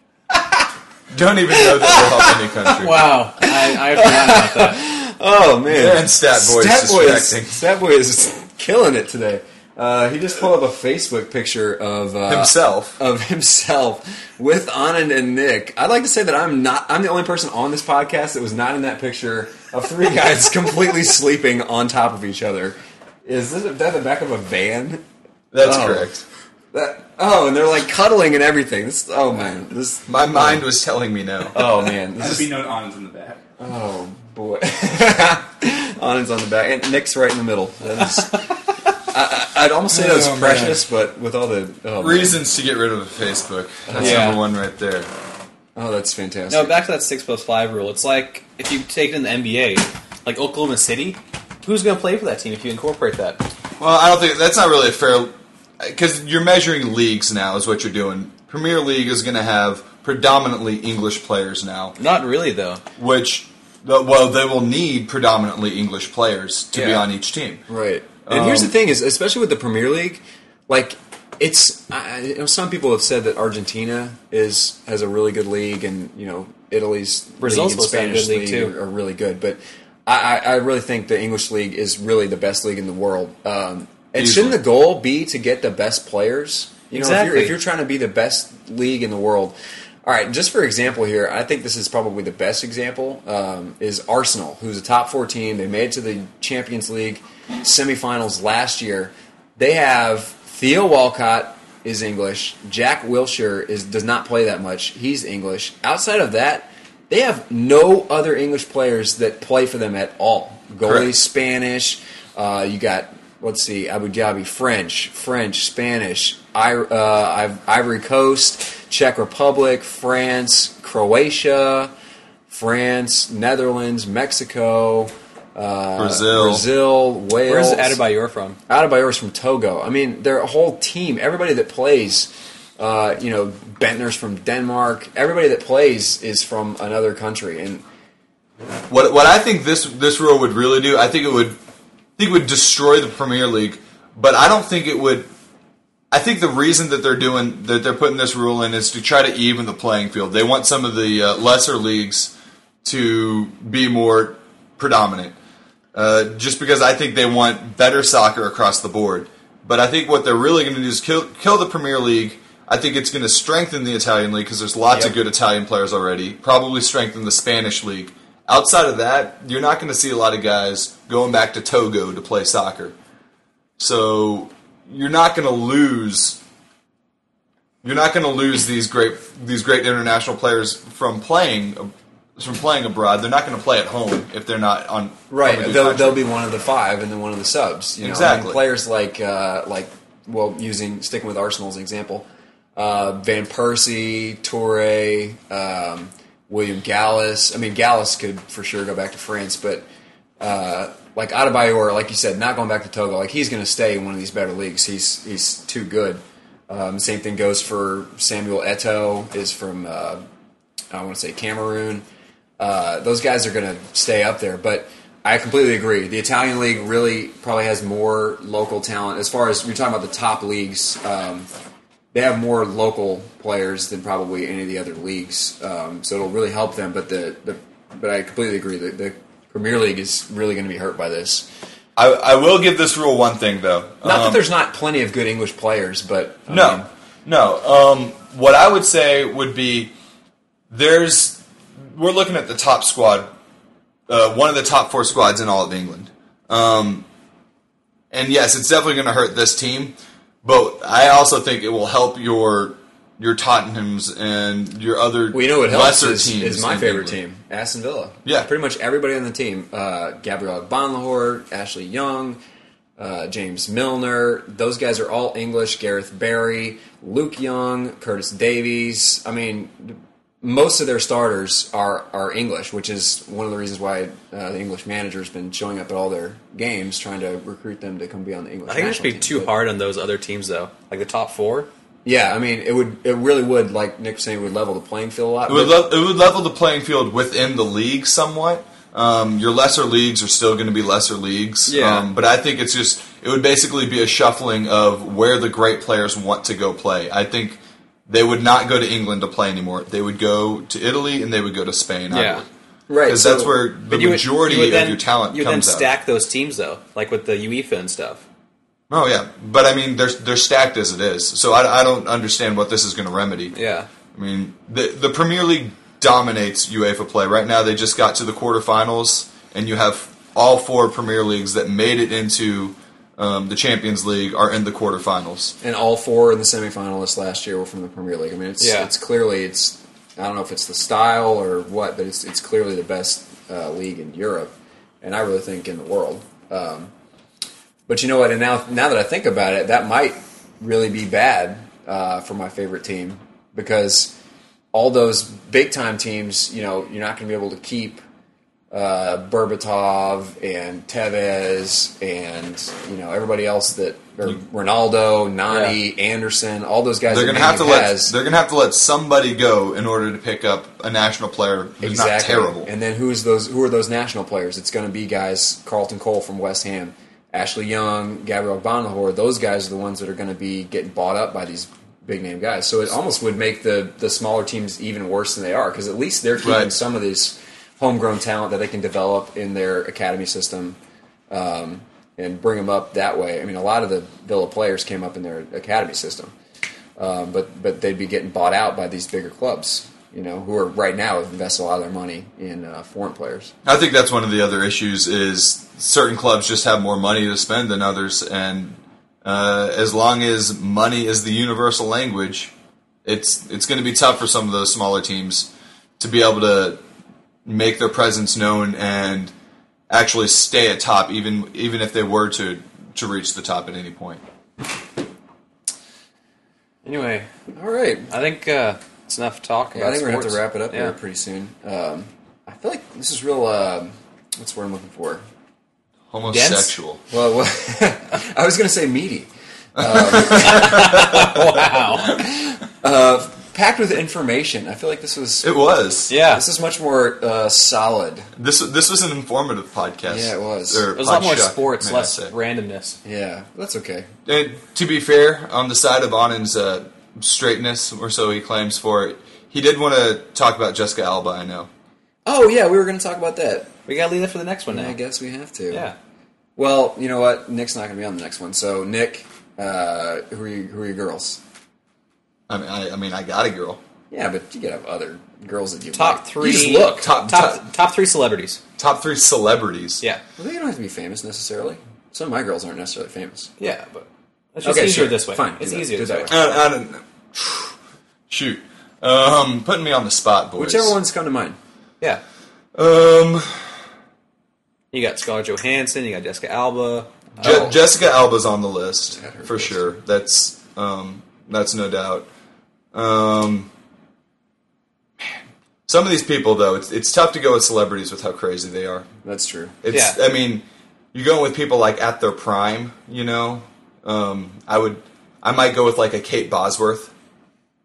Speaker 3: don't even know that will help any country.
Speaker 2: Wow, I, I forgot about that.
Speaker 1: Oh man,
Speaker 3: And Stat Boy is distracting.
Speaker 1: Stat Boy is killing it today. Uh, he just pulled up a Facebook picture of uh,
Speaker 3: Himself.
Speaker 1: of himself with Anand and Nick. I'd like to say that I'm not. I'm the only person on this podcast that was not in that picture of three guys completely sleeping on top of each other. Is this that the back of a van?
Speaker 3: That's
Speaker 1: Oh.
Speaker 3: correct.
Speaker 1: That, oh, and they're like cuddling and everything. This, oh man, this.
Speaker 3: My mind was telling me no.
Speaker 1: Oh man,
Speaker 4: That
Speaker 1: this
Speaker 4: would
Speaker 1: is
Speaker 4: be known on in the back.
Speaker 1: Oh boy, Anand's on the back, and Nick's right in the middle. That is, I, I, I'd almost say that was
Speaker 3: Oh, man.
Speaker 1: precious, but with all the oh, man.
Speaker 3: Reasons to get rid of Facebook. That's
Speaker 2: Yeah.
Speaker 3: number one right there.
Speaker 1: oh that's fantastic.
Speaker 2: No, back to that six plus five rule. It's like if you take it in the NBA, like Oklahoma City, who's going to play for that team if you incorporate that?
Speaker 3: Well, I don't think that's not really a fair because you're measuring leagues now is what you're doing. Premier League is going to have predominantly English players now,
Speaker 2: Not really, though.
Speaker 3: which the- well they will need predominantly English players to be
Speaker 2: Yeah.
Speaker 3: on each team.
Speaker 1: Right. And here's
Speaker 2: Um,
Speaker 1: the thing: is especially with the Premier League, like it's. I, I you know some people have said that Argentina is has a really good league, and you know Italy's
Speaker 2: Brazil's
Speaker 1: league and
Speaker 2: supposed to have a good
Speaker 1: Spanish
Speaker 2: league, too.
Speaker 1: are, are really good. But I, I, I really think the English league is really the best league in the world. Um, and
Speaker 3: Easily.
Speaker 1: shouldn't the goal be to get the best players? You know, if,
Speaker 2: Exactly.
Speaker 1: you're, if you're trying to be the best league in the world. All right, just for example here, I think this is probably the best example um, is Arsenal, who's a top four team. They made it to the Champions League semifinals last year. They have Theo Walcott is English. Jack Wilshire is does not play that much. He's English. Outside of that, they have no other English players that play for them at all. Goalie,
Speaker 3: Correct.
Speaker 1: Spanish. Uh, you got let's see, Abu Dhabi, French, French, Spanish, I, uh, Iv- Ivory Coast, Czech Republic, France, Croatia, France, Netherlands, Mexico, uh,
Speaker 3: Brazil.
Speaker 1: Brazil, Wales.
Speaker 2: Where's Adebayor from?
Speaker 1: Adebayor's from Togo. I mean, their whole team, everybody that plays, uh, you know, Bentner's from Denmark. Everybody that plays is from another country, and
Speaker 3: What what I think this this rule would really do, I think it would I think it would destroy the Premier League, but I don't think it would I think the reason that they're doing that they're putting this rule in is to try to even the playing field. They want some of the uh, lesser leagues to be more predominant. Uh, just because I think they want better soccer across the board. But I think what they're really going to do is kill kill the Premier League. I think it's going to strengthen the Italian league because there's lots
Speaker 1: Yep.
Speaker 3: of good Italian players already. Probably strengthen the Spanish league. Outside of that, you're not going to see a lot of guys going back to Togo to play soccer. So you're not going to lose. You're not going to lose these great these great international players from playing from playing abroad. They're not going to play at home if they're not on
Speaker 1: right,
Speaker 3: from a new
Speaker 1: they'll,
Speaker 3: country.
Speaker 1: they'll be one of the five and then one of the subs. You know?
Speaker 3: Exactly.
Speaker 1: And players like uh, like well, using sticking with Arsenal as an example, uh, Van Persie, Torre, um, William Gallus. I mean, Gallus could for sure go back to France, but uh, like Adebayor, like you said, not going back to Togo. Like he's going to stay in one of these better leagues. He's he's too good. Um, same thing goes for Samuel Eto. Is from uh, I want to say Cameroon. Uh, those guys are going to stay up there, but. I completely agree. The Italian league really probably has more local talent. As far as you're talking about the top leagues, um, they have more local players than probably any of the other leagues, um, so it'll really help them. But the, the but I completely agree. The, the Premier League is really going to be hurt by this.
Speaker 3: I, I will give this rule one thing though.
Speaker 1: Not that
Speaker 3: Um,
Speaker 1: there's not plenty of good English players, but I
Speaker 3: no,
Speaker 1: mean,
Speaker 3: no. Um, what I would say would be there's we're looking at the top squad, uh, one of the top four squads in all of England. Um, and yes, it's definitely going to hurt this team, but I also think it will help your your Tottenham's and your other
Speaker 1: we know what helps
Speaker 3: lesser
Speaker 1: is,
Speaker 3: teams.
Speaker 1: is my
Speaker 3: in
Speaker 1: favorite
Speaker 3: England.
Speaker 1: team, Aston Villa.
Speaker 3: Yeah.
Speaker 1: pretty much everybody on the team: uh, Gabriel Bonlahor, Ashley Young, uh, James Milner. Those guys are all English. Gareth Barry, Luke Young, Curtis Davies. I mean, most of their starters are are English, which is one of the reasons why uh, the English manager has been showing up at all their games, trying to recruit them to come be on the English.
Speaker 2: I think it should
Speaker 1: national
Speaker 2: be
Speaker 1: team.
Speaker 2: too
Speaker 1: But-
Speaker 2: hard on those other teams, though. Like the top four.
Speaker 1: Yeah, I mean, it would. It really would. Like Nick was saying, it would level the playing field a lot.
Speaker 3: It would,
Speaker 1: but-
Speaker 3: le- it would level the playing field within the league somewhat. Um, your lesser leagues are still going to be lesser leagues.
Speaker 1: Yeah.
Speaker 3: Um, but I think it's just, it would basically be a shuffling of where the great players want to go play. I think they would not go to England to play anymore. They would go to Italy and they would go to Spain. I
Speaker 2: Yeah.
Speaker 3: believe.
Speaker 1: right,
Speaker 3: 'Cause
Speaker 1: so-
Speaker 3: that's where the majority of your talent
Speaker 2: You would then
Speaker 3: comes
Speaker 2: stack those teams, though, like with the UEFA and stuff.
Speaker 3: out. Oh, yeah. But I mean, they're, they're stacked as it is. So I, I don't understand what this is going to remedy.
Speaker 2: Yeah.
Speaker 3: I mean, the the Premier League dominates UEFA play right now. They just got to the quarterfinals, and you have all four Premier Leagues that made it into um, the Champions League are in the quarterfinals.
Speaker 1: and all four in the semifinalists last year were from the Premier League. I mean, it's
Speaker 2: Yeah.
Speaker 1: it's clearly it's I don't know if it's the style or what, but it's it's clearly the best uh, league in Europe, and I really think in the world. Um, but you know what? And now now that I think about it, that might really be bad uh, for my favorite team because all those big time teams, you know, you're not going to be able to keep uh, Berbatov and Tevez and you know everybody else that or Ronaldo, Nani, Anderson, all those guys.
Speaker 3: They're
Speaker 1: that
Speaker 3: gonna have to
Speaker 1: Manu
Speaker 3: let
Speaker 1: has.
Speaker 3: they're gonna have to let somebody go in order to pick up a national player who's not terrible.
Speaker 1: And then who's those? Who are those national players? It's going to be guys Carlton Cole from West Ham, Ashley Young, Gabriel Bonlahor. Those guys are the ones that are going to be getting bought up by these big name guys. So it almost would make the the smaller teams even worse than they are because at least they're keeping
Speaker 3: Right.
Speaker 1: some of this homegrown talent that they can develop in their academy system. Um, and bring them up that way. I mean, a lot of the Villa players came up in their academy system, um, but but they'd be getting bought out by these bigger clubs, you know, who are right now invest a lot of their money in uh, foreign players.
Speaker 3: I think that's one of the other issues is certain clubs just have more money to spend than others, and uh, as long as money is the universal language, it's it's going to be tough for some of those smaller teams to be able to make their presence known and actually stay atop, even even if they were to to reach the top at any point.
Speaker 2: Anyway,
Speaker 1: All right,
Speaker 2: I think uh, it's enough talk.
Speaker 1: I
Speaker 2: about
Speaker 1: think we're gonna have to
Speaker 2: sports.
Speaker 1: wrap it up
Speaker 2: Yeah.
Speaker 1: here pretty soon. Um, I feel like this is real. Um, what's the word I'm looking for?
Speaker 3: Homosexual.
Speaker 1: Well, well I was gonna say meaty.
Speaker 2: wow.
Speaker 1: Packed with information. I feel like this was
Speaker 3: It was.
Speaker 2: Yeah.
Speaker 1: this is much more uh, solid.
Speaker 3: This this was an informative podcast.
Speaker 1: Yeah, it was.
Speaker 3: Or
Speaker 1: It
Speaker 2: There's a lot more
Speaker 3: podshock,
Speaker 2: sports,
Speaker 3: may I
Speaker 2: less
Speaker 3: say.
Speaker 2: randomness.
Speaker 1: Yeah, that's okay.
Speaker 3: And Uh, to be fair, on the side of Onin's uh, straightness, or so he claims for it, he did want to talk about Jessica Alba. I know.
Speaker 1: Oh yeah, we were gonna talk about that.
Speaker 2: We gotta leave that for the next one now.
Speaker 1: I guess we have to.
Speaker 2: Yeah.
Speaker 1: Well, you know what? Nick's not gonna be on the next one. So Nick, uh, who are you, who are your girls?
Speaker 3: I mean, I, I mean, I got a girl.
Speaker 1: Yeah, but you could have other girls that you
Speaker 2: Top
Speaker 1: like.
Speaker 2: three.
Speaker 1: You just look.
Speaker 3: top-
Speaker 2: Top,
Speaker 3: top-
Speaker 2: top three celebrities.
Speaker 3: Top three celebrities.
Speaker 2: Yeah.
Speaker 1: Well, they don't have to be famous necessarily. Some of my girls aren't necessarily famous.
Speaker 2: Yeah, but it's just
Speaker 1: Okay,
Speaker 2: easier
Speaker 1: sure.
Speaker 2: this way.
Speaker 1: Fine, do
Speaker 2: it's
Speaker 1: that.
Speaker 2: easier
Speaker 1: Do
Speaker 2: this
Speaker 1: that
Speaker 2: way.
Speaker 1: way.
Speaker 3: Uh, I don't know. Shoot, um, putting me on the spot, boys.
Speaker 1: Whichever ones come to mind.
Speaker 2: Yeah.
Speaker 3: Um,
Speaker 2: You got Scarlett Johansson. You got Jessica Alba. Uh,
Speaker 3: Je-
Speaker 1: Oh.
Speaker 3: Jessica Alba's on the list
Speaker 1: At her
Speaker 3: for
Speaker 1: list.
Speaker 3: sure. That's um, that's no doubt. Um, some of these people, though, it's it's tough to go with celebrities with how crazy they are.
Speaker 1: That's true.
Speaker 3: It's
Speaker 2: Yeah.
Speaker 3: I mean, you're going with people like at their prime, you know. Um, I would I might go with like a Kate Bosworth.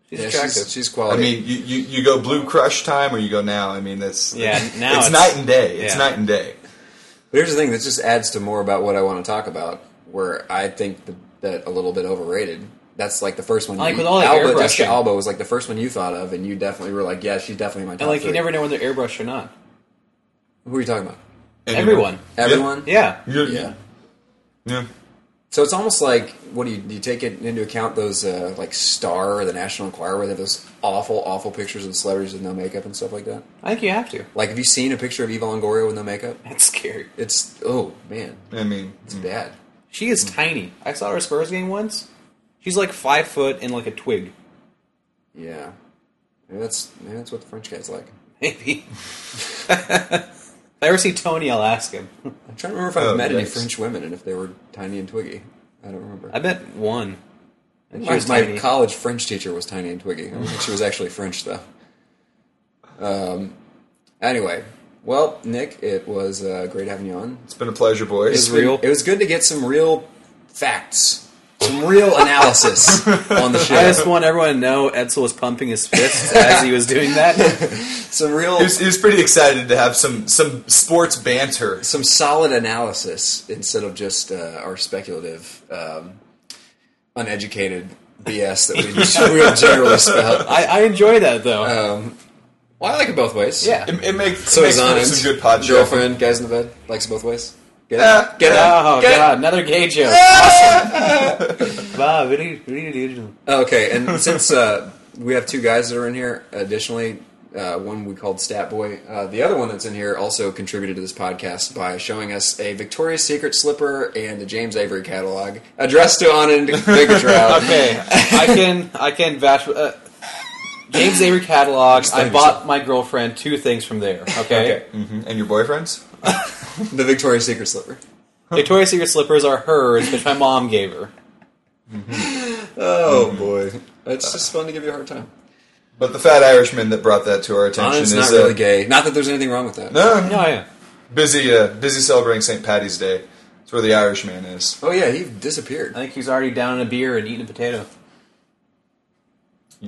Speaker 2: She's
Speaker 1: Yeah,
Speaker 2: attractive.
Speaker 1: she's, she's
Speaker 3: I
Speaker 1: quality.
Speaker 3: mean, you, you, you go blue crush time or you go now. I mean, that's
Speaker 2: Yeah, now
Speaker 3: it's,
Speaker 2: it's-
Speaker 3: night and day. It's
Speaker 2: yeah.
Speaker 3: night and day.
Speaker 1: but here's the thing that just adds to more about what I want to talk about, where I think the, that a little bit overrated. That's like the first one.
Speaker 2: Like
Speaker 1: you,
Speaker 2: with all that
Speaker 1: Alba, Jessica
Speaker 2: airbrushing.
Speaker 1: Alba was like the first one you thought of, and you definitely were like, yeah, she's definitely my top
Speaker 2: and like
Speaker 1: three.
Speaker 2: you never know when they're airbrushed or not.
Speaker 1: Who are you talking about?
Speaker 3: Anyway.
Speaker 2: Everyone.
Speaker 1: Everyone.
Speaker 2: Yeah.
Speaker 3: Yeah.
Speaker 1: Yeah.
Speaker 3: Yeah. yeah.
Speaker 1: So it's almost like what do you do? You take it into account those uh, like Star or the National Enquirer where they have those awful, awful pictures of celebrities with no makeup and stuff like that.
Speaker 2: I think you have to.
Speaker 1: Like, have you seen a picture of Eva Longoria with no makeup?
Speaker 2: That's scary.
Speaker 1: It's oh man,
Speaker 3: I mean,
Speaker 1: it's
Speaker 2: Hmm.
Speaker 1: bad.
Speaker 2: She is
Speaker 1: Hmm.
Speaker 2: tiny. I saw her Spurs game once. She's like five foot and like a twig,
Speaker 1: Yeah, maybe that's maybe that's what the French guy's like.
Speaker 2: maybe. if I ever see Tony, I'll ask him.
Speaker 1: I'm trying to remember if I've
Speaker 3: Oh,
Speaker 1: met any
Speaker 3: yikes.
Speaker 1: French women and if they were tiny and twiggy. I don't remember.
Speaker 2: I bet one. And she
Speaker 1: my
Speaker 2: was
Speaker 1: my
Speaker 2: tiny.
Speaker 1: college French teacher was tiny and twiggy. I don't think she was actually French though. Um. Anyway, well, Nick, it was uh, great having you on.
Speaker 3: it's been a pleasure, boys.
Speaker 2: It's real.
Speaker 1: It was good to get some real facts, some real analysis on the show.
Speaker 2: I just want everyone to know Edsel was pumping his fists as he was doing that.
Speaker 1: some real,
Speaker 3: He was, he was pretty excited to have some some sports banter.
Speaker 1: some solid analysis instead of just uh, our speculative, um, uneducated BS that we, we generally spout.
Speaker 2: I, I enjoy that though.
Speaker 1: Well, I like it both ways.
Speaker 2: Uh, yeah.
Speaker 3: It, it makes,
Speaker 1: So
Speaker 3: it makes
Speaker 1: is
Speaker 3: for
Speaker 1: Anand.
Speaker 3: some good pod show.
Speaker 1: Girlfriend, guys in the bed, likes it both ways. Get it?
Speaker 3: Yeah.
Speaker 1: Get it?
Speaker 2: Oh
Speaker 1: Get it?
Speaker 2: god, another gay joke. awesome. Wow, what do you- what do you do?
Speaker 1: Oh, Okay, and since uh, we have two guys that are in here, additionally, uh, one we called Stat Boy. Uh, the other one that's in here also contributed to this podcast by showing us a Victoria's Secret slipper and a James Avery catalog addressed to Anand Biggertrout.
Speaker 2: Okay, I can I can bash. Uh, James Avery catalog. I
Speaker 1: Explain yourself.
Speaker 2: bought my girlfriend two things from there. Okay,
Speaker 1: Okay.
Speaker 3: Mhm. And your boyfriends?
Speaker 1: The Victoria's Secret slipper.
Speaker 2: Mm-hmm. Victoria's Secret slippers are hers, which my mom gave her.
Speaker 1: Oh boy, it's just fun to give you a hard time.
Speaker 3: But the fat Irishman that brought that to our attention
Speaker 1: Anand's
Speaker 3: is
Speaker 1: not
Speaker 3: uh,
Speaker 1: really gay. Not that there's anything wrong with that.
Speaker 3: No,
Speaker 2: No, yeah.
Speaker 3: busy, uh, busy celebrating St. Patty's Day. That's where the Irishman is.
Speaker 1: Oh yeah, he disappeared.
Speaker 2: I think he's already down in a beer and eating a potato.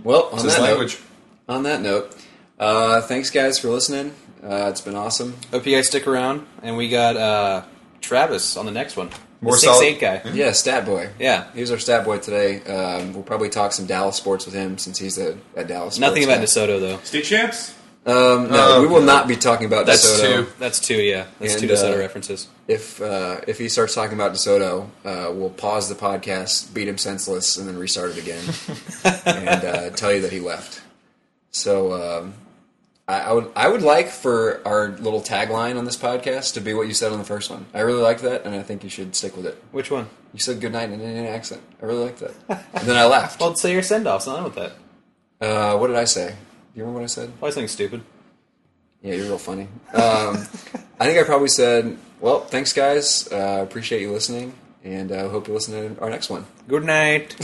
Speaker 1: Well, on
Speaker 3: It's his
Speaker 1: that
Speaker 3: language.
Speaker 1: note, on that note, uh, thanks guys for listening. Uh, it's been awesome.
Speaker 2: Hope you guys stick around, and we got uh, Travis on the next one.
Speaker 3: More
Speaker 2: six
Speaker 3: solid-
Speaker 2: eight guy.
Speaker 1: Yeah, Stat Boy.
Speaker 2: Yeah.
Speaker 1: He was our Stat Boy today. Um, we'll probably talk some Dallas sports with him since he's a, a Dallas.
Speaker 2: Nothing about
Speaker 1: sports
Speaker 2: DeSoto though.
Speaker 4: State champs.
Speaker 1: guy. Um, no,
Speaker 3: Oh,
Speaker 1: we will
Speaker 3: God.
Speaker 1: not be talking about
Speaker 3: That's
Speaker 1: DeSoto.
Speaker 3: two.
Speaker 2: That's two. Yeah, that's two
Speaker 1: And,
Speaker 2: DeSoto
Speaker 1: uh,
Speaker 2: references.
Speaker 1: If uh, if he starts talking about DeSoto, uh, we'll pause the podcast, beat him senseless, and then restart it again, and uh, tell you that he left. So um, I, I would I would like for our little tagline on this podcast to be what you said on the first one. I really like that, and I think you should stick with it.
Speaker 2: Which one?
Speaker 1: You said good night in an Indian accent. I really liked that. And then I laughed.
Speaker 2: Well, say your send offs. I'm done with that.
Speaker 1: Uh, what did I say? Do you remember what I said?
Speaker 2: Probably something stupid.
Speaker 1: Yeah, you're real funny. Um, I think I probably said, well, thanks, guys. Uh, appreciate you listening, and uh, hope you listen to our next one.
Speaker 2: Good night.